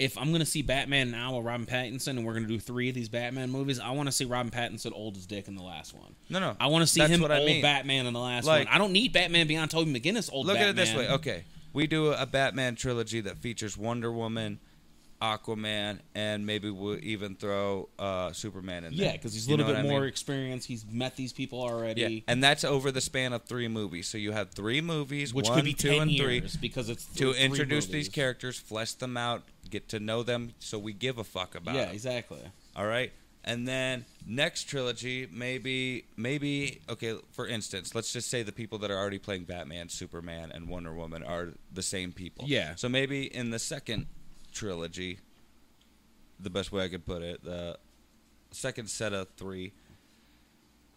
A: if I'm gonna see Batman now or Robin Pattinson, and we're gonna do three of these Batman movies. I want to see Robin Pattinson old as dick in the last one.
B: No, no,
A: I want to see
B: that's
A: him
B: what
A: old
B: I mean.
A: Batman in the last
B: Like-
A: one. I don't need Batman beyond Tobey McGinnis old.
B: look
A: Batman.
B: at it this way okay we do a batman trilogy that features wonder woman aquaman and maybe we'll even throw uh, superman in there
A: Yeah, because he's a
B: You
A: little
B: know
A: bit
B: what I
A: more
B: mean?
A: experienced. He's met these people
B: Yeah,
A: already,
B: and that's over the span of three movies. So you have three movies,
A: which
B: one,
A: could be
B: two,
A: ten
B: and three,
A: years because it's
B: to
A: th- three
B: introduce these
A: movies.
B: characters, flesh them out, get to know them, so we give a fuck about.
A: Yeah,
B: them,
A: exactly.
B: All right, and then next trilogy, maybe, maybe okay. For instance, let's just say the people that are already playing Batman, Superman, and Wonder Woman are the same people.
A: Yeah.
B: So maybe in the second trilogy, the best way I could put it, the second set of three.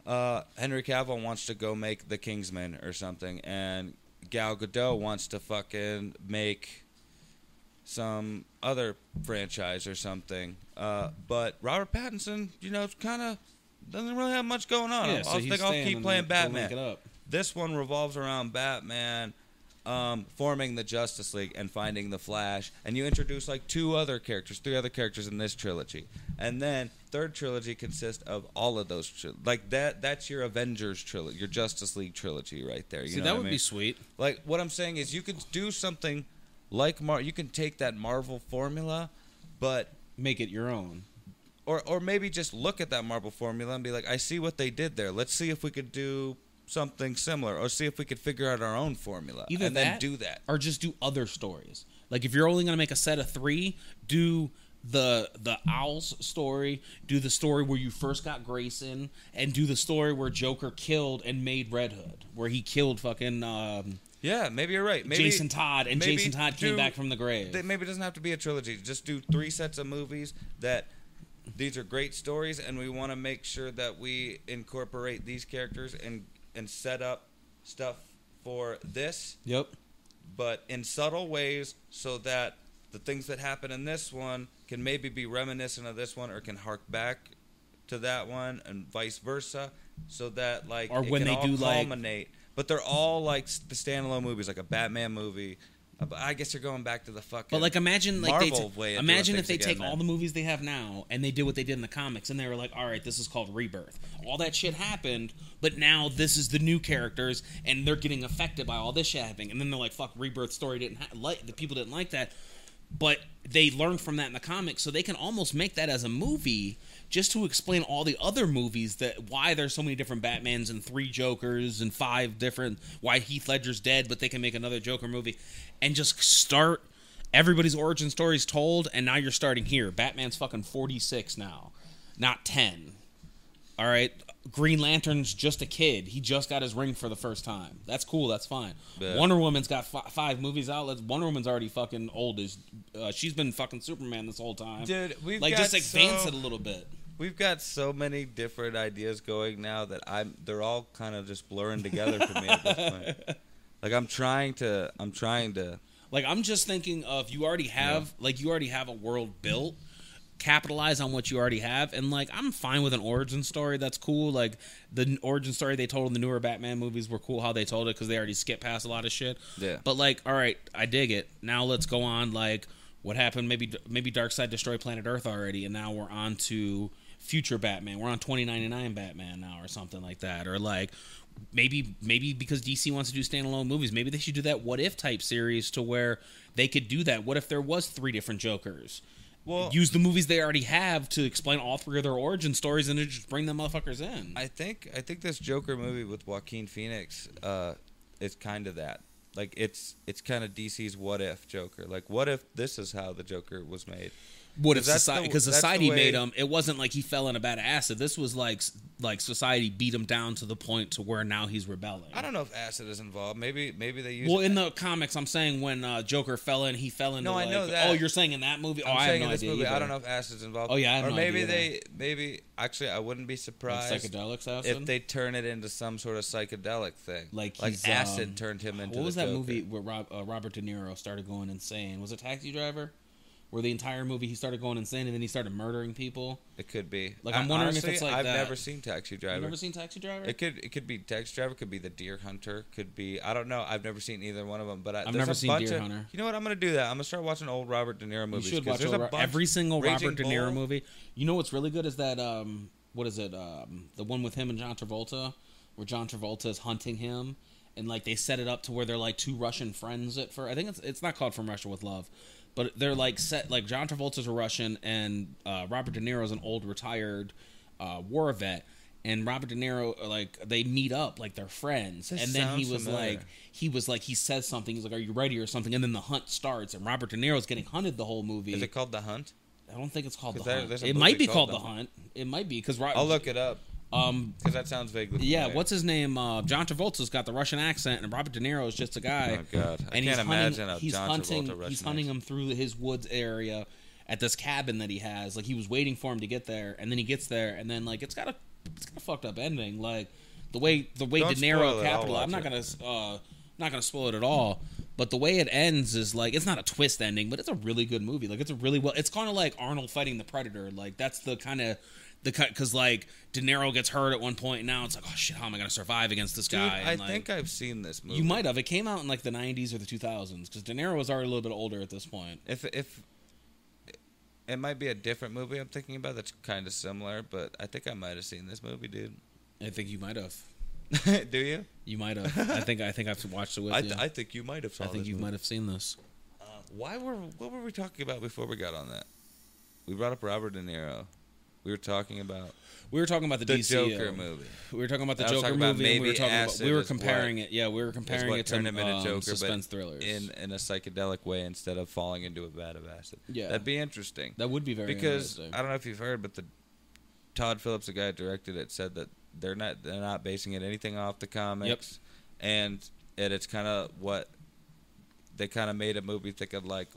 B: Uh, Henry Cavill wants to go make The Kingsman or something, and Gal Gadot wants to fucking make some other franchise or something. Uh, but Robert Pattinson, you know, kind of doesn't really have much going on.
A: Yeah, so
B: I
A: he's
B: think I'll
A: staying
B: keep
A: and
B: playing
A: they- they link
B: Batman.
A: it up.
B: This one revolves around Batman um, forming the Justice League and finding the Flash, and you introduce like two other characters, three other characters in this trilogy, and then third trilogy consists of all of those. Tri- like that, that's your Avengers trilogy, your Justice League trilogy, right there. You
A: See,
B: know
A: that
B: what I
A: would
B: mean?
A: be sweet.
B: Like what I'm saying is, you could do something like Mar. You can take that Marvel formula, but
A: Make it your own.
B: or or maybe just look at that Marvel formula and be like, I see what they did there. Let's see if we could do something similar, or see if we could figure out our own formula,
A: either
B: and
A: that,
B: then do that.
A: or just do other stories like if you're only going to make a set of three do the the owls story do the story where you first got grayson and do the story where joker killed and made red hood where he killed fucking um,
B: Yeah, maybe you're right. Maybe,
A: jason todd and
B: maybe
A: jason todd came
B: do-
A: back from the grave
B: Th- maybe it doesn't have to be a trilogy. Just do three sets of movies that these are great stories, and we want to make sure that we incorporate these characters and and set up stuff for this
A: yep
B: but in subtle ways so that the things that happen in this one can maybe be reminiscent of this one or can hark back to that one and vice versa, so that like
A: Or
B: it
A: when
B: can
A: they
B: all
A: do, like-
B: culminate. but they're all like s- the standalone movies, like a Batman movie. Uh, but I guess they're going back to the fucking.
A: But like, imagine like
B: Marvel
A: they
B: way
A: t-
B: of
A: imagine
B: doing
A: if they
B: things
A: take
B: again,
A: all
B: man.
A: the movies they have now and they did what they did in the comics, and they were like, "All right, this is called rebirth. All that shit happened, but now this is the new characters, and they're getting affected by all this shit happening." And then they're like, "Fuck, rebirth story didn't ha- like the people didn't like that." But they learned from that in the comics, so they can almost make that as a movie just to explain all the other movies that why there's so many different Batmans and three Jokers and five different why Heath Ledger's dead, but they can make another Joker movie and just start everybody's origin story is told, and now you're starting here. Batman's fucking 46 now, not 10. All right. Green Lantern's just a kid. He just got his ring for the first time. That's cool. That's fine.
B: Yeah.
A: Wonder Woman's got fi- five movies out. Let's- Wonder Woman's already fucking old. As, uh, she's been fucking Superman this whole time.
B: Dude, we've
A: like,
B: got
A: just advance
B: so-
A: it a little bit.
B: We've got so many different ideas going now that I'm they're all kind of just blurring together for me at this point. Like I'm trying to I'm trying to
A: Like I'm just thinking of you already have like you already have a world built. Capitalize on what you already have, and like I'm fine with an origin story. That's cool. Like the n- origin story they told in the newer Batman movies were cool how they told it because they already skipped past a lot of shit.
B: Yeah.
A: But like, all right, I dig it. Now let's go on. Like what happened? Maybe maybe Darkseid destroyed planet Earth already, and now we're on to future Batman. We're on 2099 Batman now, or something like that, or like maybe maybe because DC wants to do standalone movies, maybe they should do that what if type series to where they could do that. What if there was three different Jokers?
B: Well-
A: use the movies they already have to explain all three of their origin stories and then just bring them motherfuckers in.
B: I think I think this Joker movie with Joaquin Phoenix uh, is kind of that. Like it's it's kind of DC's what if Joker. Like what if this is how the Joker was made?
A: What if
B: 'Cause that's
A: society?
B: the-
A: Because
B: that's the
A: society
B: way-
A: made him. It wasn't like he fell in a bad acid. This was like s- like society beat him down to the point to where now he's rebelling.
B: I don't know if acid is involved. Maybe maybe they use.
A: Well, in the comics, I'm saying when uh, Joker fell in, he fell into.
B: No, I
A: like,
B: know that.
A: Oh, you're saying in that movie? Oh,
B: I'm
A: i have
B: saying
A: no
B: in this
A: idea.
B: movie, I
A: either.
B: don't know if acid's involved.
A: Oh, yeah, I have
B: or
A: no
B: maybe
A: idea
B: they maybe actually I wouldn't be
A: Like
B: surprised
A: psychedelics,
B: if
A: acid?
B: they turn it into some sort of psychedelic thing.
A: like
B: like
A: he's,
B: acid
A: um,
B: turned him into.
A: What was
B: the
A: that
B: Joker.
A: movie where Rob, uh, Robert De Niro started going insane? Was it Taxi Driver? Where the entire movie he started going insane and then he started murdering people.
B: It could be.
A: Like, I'm wondering if
B: honestly,
A: it's like
B: I've
A: that.
B: never seen Taxi Driver.
A: You ever seen Taxi Driver?
B: It could it could be Taxi Driver, could be The Deer Hunter, could be I don't know. I've never seen either one of them, but I, there's
A: never
B: a
A: seen
B: bunch
A: Deer
B: of-
A: Hunter.
B: You know what? I'm gonna do that. I'm gonna start watching old Robert De Niro
A: you
B: movies.
A: should
B: 'cause
A: watch
B: there's
A: a,
B: a
A: Ro-
B: bunch-
A: every single
B: Raging
A: Robert De Niro
B: Bull.
A: movie. You know what's really good is that um, what is it? Um, the one with him and John Travolta, where John Travolta is hunting him, and like they set it up to where they're like two Russian friends at first. I think it's it's not called From Russia with Love, but they're like set like John Travolta's a Russian and uh, Robert De Niro's an old retired uh, war vet. And Robert De Niro, like they meet up, like they're friends,
B: This
A: and then he
B: sounds
A: was
B: familiar.
A: like, he was like, he says something, he's like, "Are you ready?" or something, and then the hunt starts, and Robert De Niro's getting hunted the whole movie.
B: Is it called The Hunt?
A: I don't think it's called the
B: 'Cause there-
A: hunt.
B: there's a
A: It
B: movie
A: might be
B: called
A: called the
B: The
A: hunt. It might be because
B: I'll look it up
A: Um,
B: because that sounds vaguely.
A: yeah,
B: familiar.
A: what's his name? Uh, John Travolta's got the Russian accent, and Robert De Niro is just a guy.
B: Oh, God. I can't imagine a
A: he's
B: John
A: hunting.
B: Travolta Russian
A: he's hunting him through his woods area at this cabin that he has. Like he was waiting for him to get there, and then he gets there, and then like it's got a it's got a fucked up ending. Like the way the way
B: Don't
A: De Niro
B: spoil it, I'll
A: capitalized. I'm not
B: watch
A: gonna uh, not gonna spoil it at all. But the way it ends is like it's not a twist ending, but it's a really good movie. Like it's a really well. It's kind of like Arnold fighting the Predator. Like that's the kind of the cut because like De Niro gets hurt at one point. And now it's like oh shit, how am I gonna survive against this
B: Dude,
A: guy?
B: I
A: And, like,
B: think I've seen this movie.
A: you might have. It came out in like the '90s or the 2000s because De Niro was already a little bit older at this point.
B: If if it might be a different movie I'm thinking about that's kind of similar, but I think I might have seen this movie, dude.
A: I think you might have.
B: Do you?
A: You might have. I think. I think I've watched it with
B: I,
A: you.
B: th-
A: I,
B: I think you might have. Saw
A: think
B: this
A: you
B: movie.
A: might have seen this.
B: Why were what were we talking about before we got on that? We brought up Robert De Niro. We were talking about
A: We were talking about the, um,
B: the
A: DCO.
B: Joker movie.
A: We were talking about the
B: I was
A: Joker
B: talking about
A: movie. and we were
B: maybe
A: talking about.
B: acid
A: We were
B: is what-
A: comparing it. Yeah, we were
B: Is
A: comparing
B: what
A: it to
B: turned him into
A: um,
B: Joker,
A: suspense
B: but
A: thrillers.
B: in in a psychedelic way instead of falling into a vat of acid.
A: Yeah.
B: that'd be interesting.
A: that would be very
B: because
A: interesting.
B: I don't know if you've heard, but the Todd Phillips, the guy who directed it, said that they're not they're not basing it anything off the comics, and and it's kind of what they kind of made a movie thinking like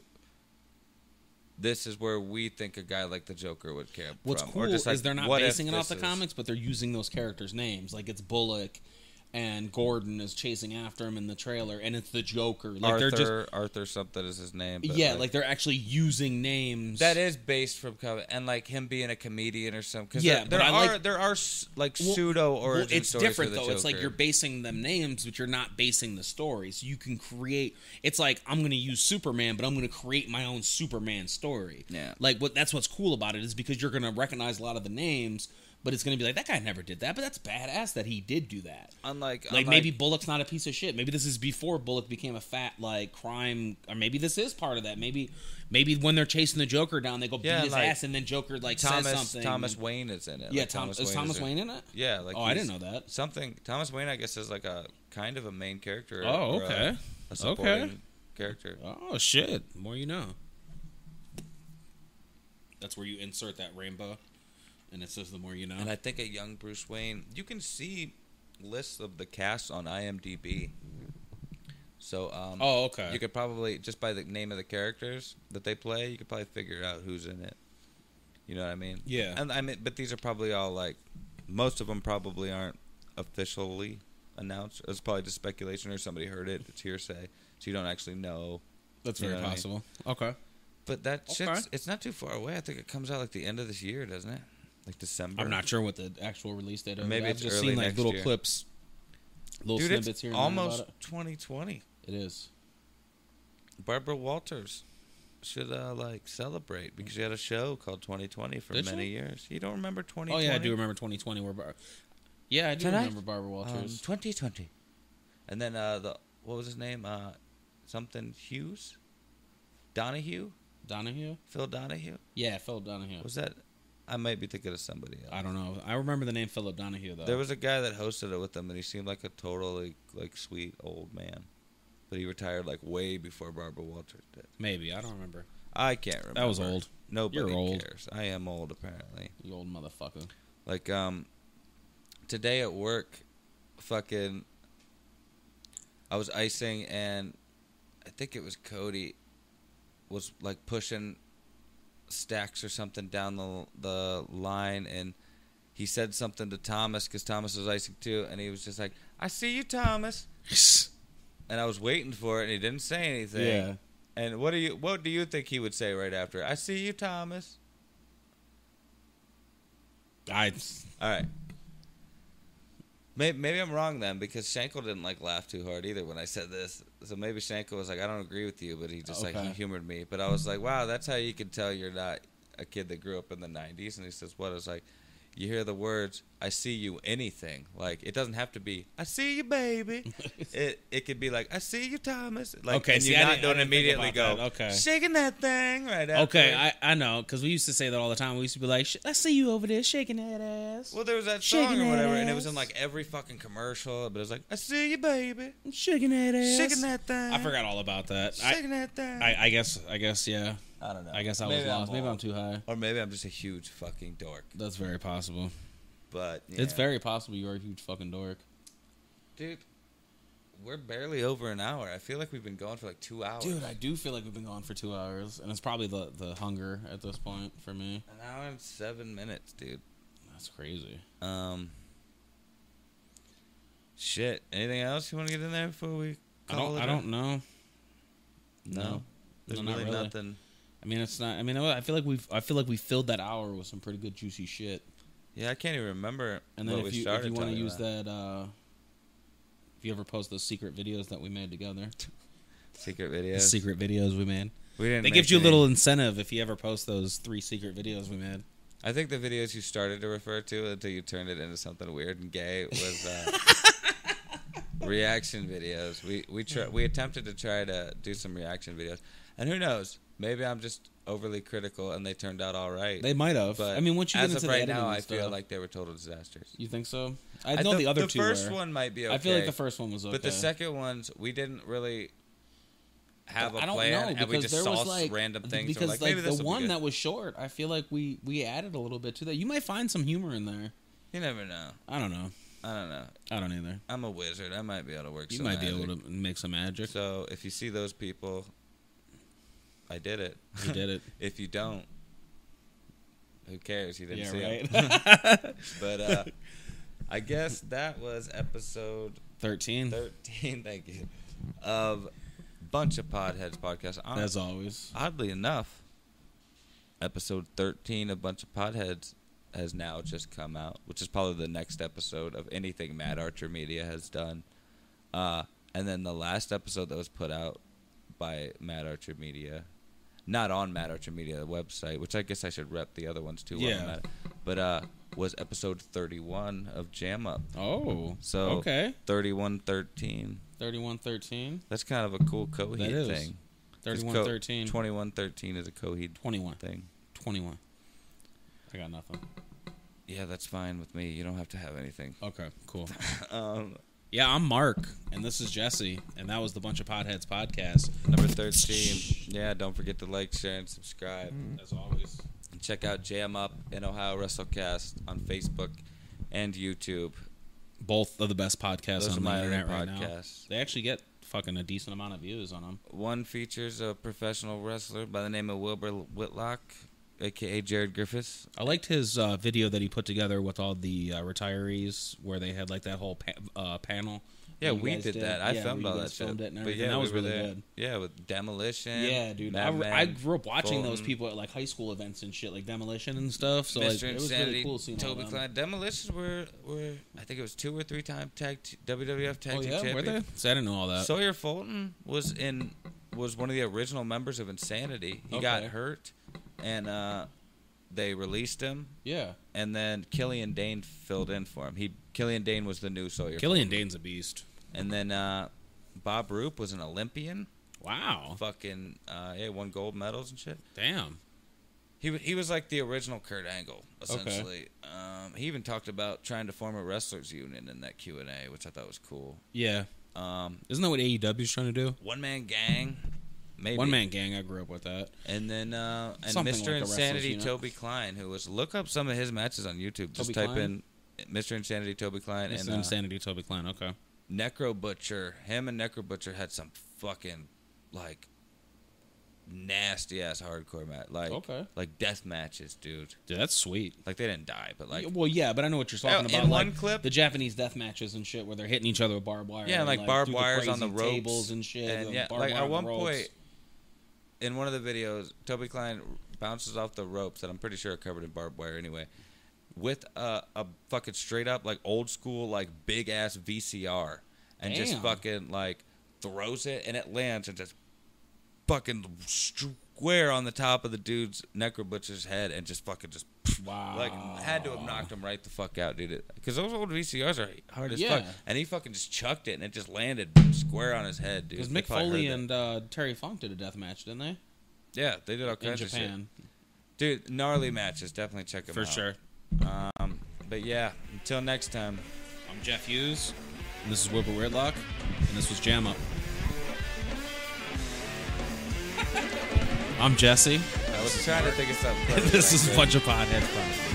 B: this is where we think a guy like the Joker would care.
A: What's
B: from.
A: cool
B: or just like,
A: is they're not
B: what if
A: basing it off
B: this
A: the
B: is-
A: comics, but they're using those characters' names. Like it's Bullock, and Gordon is chasing after him in the trailer, and it's the Joker. Like
B: Arthur,
A: they're just
B: Arthur something is his name. but,
A: yeah, like, they're actually using names.
B: that is based from comic and like him being a comedian or something. 'cause
A: Yeah,
B: there,
A: but
B: there
A: I
B: are
A: like-
B: there are s- like
A: Well-
B: pseudo
A: Well,
B: origin
A: it's
B: stories for
A: different
B: the
A: though. It's like
B: Joker.
A: you're basing them names, but you're not basing the stories. You can create. It's like I'm going to use Superman, but I'm going to create my own Superman story.
B: Yeah.
A: Like what? That's what's cool about it is because you're going to recognize a lot of the names, but it's going to be like that guy never did that, but that's badass that he did do that.
B: unlike
A: Like
B: unlike-
A: maybe Bullock's not a piece of shit. Maybe this is before Bullock became a fat like crime, or maybe this is part of that. Maybe, maybe when they're chasing the Joker down, they go
B: Yeah,
A: beat his
B: like
A: ass, and then Joker like says
B: Thomas
A: something.
B: Thomas Wayne is in it.
A: yeah,
B: Like,
A: Thomas, is Thomas
B: in-
A: Wayne in it?
B: Yeah, like
A: oh, I
B: he's-
A: didn't know that.
B: something. Thomas Wayne, I guess, is like a kind of a main character. or-
A: Oh,
B: or a-
A: okay.
B: A supporting character.
A: Oh shit! More you know. That's where you insert that rainbow, and it says the more you know.
B: And I think a young Bruce Wayne. You can see lists of the cast on IMDb. So, um,
A: oh okay.
B: you could probably just by the name of the characters that they play, you could probably figure out who's in it. You know what I mean?
A: Yeah.
B: And I mean, but these are probably all like, most of them probably aren't officially announced. It's probably just speculation or somebody heard it. It's hearsay, so you don't actually know.
A: That's
B: you
A: very
B: know what I mean?
A: possible. Okay.
B: But that
A: Okay.
B: shit's it's not too far away. I think it comes out like the end of this year, doesn't it? Like December.
A: I'm not sure what the actual release date is.
B: Maybe
A: I've
B: it's
A: just
B: early
A: seen like
B: next
A: little
B: year.
A: clips, little
B: Dude,
A: snippets
B: it's
A: here. And
B: almost
A: there about
B: 2020.
A: it. it is.
B: Barbara Walters should uh, like celebrate because she had a show called 2020 for
A: Did she?
B: many years. You don't remember 2020?
A: Oh yeah, I do remember 2020 where. Bar- yeah, I do
B: Tonight?
A: remember Barbara Walters.
B: 2020. And then uh, the what was his name? Uh, something Hughes, Donahue,
A: Donahue.
B: Phil Donahue.
A: Yeah, Philip Donahue.
B: Was that? I might be thinking of somebody else.
A: I don't know. I remember the name Philip Donahue though.
B: There was a guy that hosted it with him, and he seemed like a totally like sweet old man, but he retired like way before Barbara Walters did.
A: Maybe I don't remember.
B: I can't remember.
A: That was old.
B: Nobody
A: You're old.
B: cares. I am old apparently.
A: You old motherfucker.
B: Like um today at work fucking I was icing and I think it was Cody was like pushing stacks or something down the the line and he said something to Thomas cuz Thomas was icing too and he was just like I see you Thomas and I was waiting for it and he didn't say anything.
A: Yeah.
B: And what do you what do you think he would say right after? I see you Thomas.
A: I
B: All right. Maybe, maybe I'm wrong then because Shankel didn't like laugh too hard either when I said this. So maybe Shankel was like, I don't agree with you, but he just like
A: Okay.
B: he humored me. But I was like, wow, that's how you can tell you're not a kid that grew up in the '90s. And he says, what? I was like, you hear the words, I see you anything. Like it doesn't have to be, I see you, baby. it it could be like, I see you, Thomas. Like
A: Okay,
B: and
A: see,
B: you
A: I
B: not
A: didn't- I
B: don't
A: didn't think
B: immediately go,
A: about that. Okay.
B: shaking that thing right after.
A: okay, I, I know because we used to say that all the time. We used to be like, "Sh- "I see you over there shaking that ass,
B: Well, there was that
A: Shaking
B: song or
A: that
B: whatever, and it was
A: ass.
B: in like every fucking commercial. But it was like, "I see you, baby,
A: shaking that ass,
B: shaking that thing."
A: I forgot all about that. I,
B: Shaking that thing.
A: I, I guess, I guess, yeah.
B: I don't know.
A: I guess I was
B: Maybe
A: lost. Maybe I'm
B: old.
A: too high.
B: Or maybe I'm just a huge fucking dork.
A: That's very possible.
B: But
A: It's
B: yeah.
A: very possible you are a huge fucking dork.
B: dude. We're barely over an hour. I feel like we've been going for like two hours.
A: Dude, I do feel like we've been gone for two hours, and it's probably the the hunger at this point for me.
B: an hour and seven minutes, dude.
A: That's crazy.
B: Um. Shit. Anything else you want to get in there before we?
A: I
B: call
A: don't.
B: it
A: I
B: a-
A: don't know.
B: No.
A: No.
B: There's
A: No, not
B: really
A: really.
B: nothing.
A: I mean, it's not. I mean, I feel like we've. I feel like we filled that hour with some pretty good juicy shit.
B: Yeah, I can't even remember.
A: And then
B: what
A: if
B: we
A: you, if
B: started
A: you want to
B: talking
A: use
B: about.
A: that, uh, if you ever post those secret videos that we made together,
B: secret video,
A: the secret videos we made,
B: we didn't.
A: they
B: make
A: gives you a
B: any.
A: little incentive if you ever post those three secret videos we made.
B: I think the videos you started to refer to until you turned it into something weird and gay was uh, reaction videos. We we tr- we attempted to try to do some reaction videos, and who knows? Maybe I'm just overly critical, and they turned out all right.
A: They might have.
B: but
A: I mean, once you get
B: as
A: into
B: of
A: the
B: right
A: editing
B: now,
A: and
B: I feel
A: stuff-
B: like they were total disasters.
A: you think so. I
B: I
A: know
B: thought
A: the other
B: the
A: two.
B: first
A: were.
B: one might be okay.
A: I feel like the first one uh, was okay.
B: but the second ones we didn't really have a
A: I don't
B: plan,
A: know
B: and
A: because
B: we just
A: there
B: saw
A: was like
B: random things. and we're
A: because
B: like,
A: like,
B: maybe this
A: the one that was short. I feel like we we added a little bit to that. You might find some humor in there.
B: you never know.
A: I don't know.
B: I don't know.
A: I don't either.
B: I'm a wizard. I might be able to work.
A: You
B: some
A: might be
B: magic.
A: able to make some magic.
B: So if you see those people, I did it.
A: You did it.
B: if you don't, who cares? You didn't
A: yeah,
B: see it.
A: right.
B: But uh, I guess that was episode
A: 13.
B: 13. Thank you. Of Bunch of Podheads podcast. Hon-
A: As always.
B: Oddly enough, episode 13 of Bunch of Podheads has now just come out, which is probably the next episode of anything Mad Archer Media has done. Uh, and then the last episode that was put out by Mad Archer Media, not on Mad Archer Media, the website, which I guess I should rep the other ones too. while I'm
A: Yeah.
B: at it, But uh, was episode 31 of Jam Up.
A: Oh.
B: So
A: Okay.
B: 3113.
A: 3113.
B: That's kind of a cool Coheed
A: That is.
B: thing.
A: 3113.
B: 2113 is a Coheed
A: 21.
B: thing.
A: 21. I got nothing.
B: Yeah, that's fine with me. You don't have to have anything.
A: Okay, cool.
B: Um,
A: Yeah, I'm Mark, and this is Jesse, and that was the Bunch of Podheads podcast.
B: number 13. Yeah, don't forget to like, share, and subscribe.
A: As always.
B: And check out Jam Up and Ohio WrestleCast on Facebook and YouTube.
A: Both of the best podcasts
B: Those are
A: on the
B: my other
A: internet right now.
B: podcasts.
A: They actually get fucking a decent amount of views on them.
B: One features a professional wrestler by the name of Wilbur Whitlock, a.k.a. Jared Griffiths.
A: I liked his uh, video that he put together with all the uh, retirees, where they had like that whole pa- uh, panel.
B: Yeah,
A: that you
B: we
A: guys
B: did that. I
A: Yeah,
B: filmed
A: where you
B: all that
A: guys
B: shit.
A: filmed it and
B: but
A: everything.
B: yeah,
A: that
B: we
A: was
B: were
A: really
B: there.
A: good.
B: Yeah, with Demolition.
A: Yeah, dude. I,
B: Mad Men,
A: I grew up watching those
B: Fulton,
A: people at like high school events and shit, like demolition and stuff. So
B: Mr.
A: like, it was
B: Insanity,
A: really cool seeing all
B: Toby
A: them.
B: Klein. Demolition were, were, I think it was two or three time tag t- WWF tag
A: Oh
B: team
A: yeah, were
B: champions.
A: they? Uh, See, I didn't know all that.
B: Sawyer Fulton was in was one of the original members of Insanity. He got
A: Okay.
B: hurt, and uh, they released him.
A: yeah,
B: And then Killian Dane filled in for him. He Killian Dane was the new Sawyer.
A: Killian Dane's a beast.
B: and then uh, Bob Roop was an Olympian.
A: Wow,
B: Fucking uh, yeah, won gold medals and shit.
A: damn.
B: He wa- he was like the original Kurt Angle essentially. Um, he even talked about trying to form a wrestlers union in that Q and A, which I thought was cool.
A: Yeah,
B: Um,
A: isn't that what AEW's trying to do?
B: one man gang, maybe
A: One man gang. I grew up with that.
B: And then uh, and
A: Something like
B: Mr.
A: the wrestlers,
B: Insanity
A: you know?
B: Toby Klein, who was look up some of his matches on YouTube. Just
A: Toby
B: type
A: Klein?
B: in Mr. Insanity Toby Klein
A: It's
B: and
A: an
B: uh,
A: insanity, Toby Klein. Okay,
B: Necro Butcher. Him and Necro Butcher had some fucking like nasty ass hardcore match, like
A: Okay.
B: like death matches, dude.
A: dude, that's sweet.
B: Like they didn't die, but like
A: Yeah, well, yeah, but I know what you're talking
B: Yeah,
A: about.
B: in
A: like,
B: one clip-
A: the Japanese death matches and shit, where they're hitting each other with barbed wire.
B: Yeah, like, barbed
A: through
B: wires on
A: crazy
B: the ropes
A: tables and shit.
B: and,
A: the
B: yeah,
A: barbed
B: like
A: wire
B: at
A: on the
B: one
A: ropes.
B: point in one of the videos, Toby Klein bounces off the ropes that I'm pretty sure are covered in barbed wire anyway, with a, a fucking straight up like old school like big ass VCR and just
A: Damn.
B: fucking like throws it and it lands and just fucking square on the top of the dude's necro butcher's head and just fucking just.
A: wow,
B: Like had to have knocked him right the fuck out, dude. Because those old VCRs are hard as
A: Yeah.
B: fuck, and he fucking just chucked it, and it just landed square on his head, dude.
A: Because
B: They
A: Mick
B: probably heard
A: Foley
B: that.
A: and uh, Terry Funk did a death match, didn't they?
B: yeah, they did all
A: In
B: kinds of shit,
A: Japan,
B: dude. Gnarly matches, definitely check them
A: for
B: out
A: sure.
B: Um, but yeah, until next time.
A: I'm Jeff Hughes, and this is Wilbur Weirdlock, and this was Jam Up. I'm Jesse.
B: I was trying to think of something.
A: This is a
B: fun.
A: bunch of podheads. Podcast.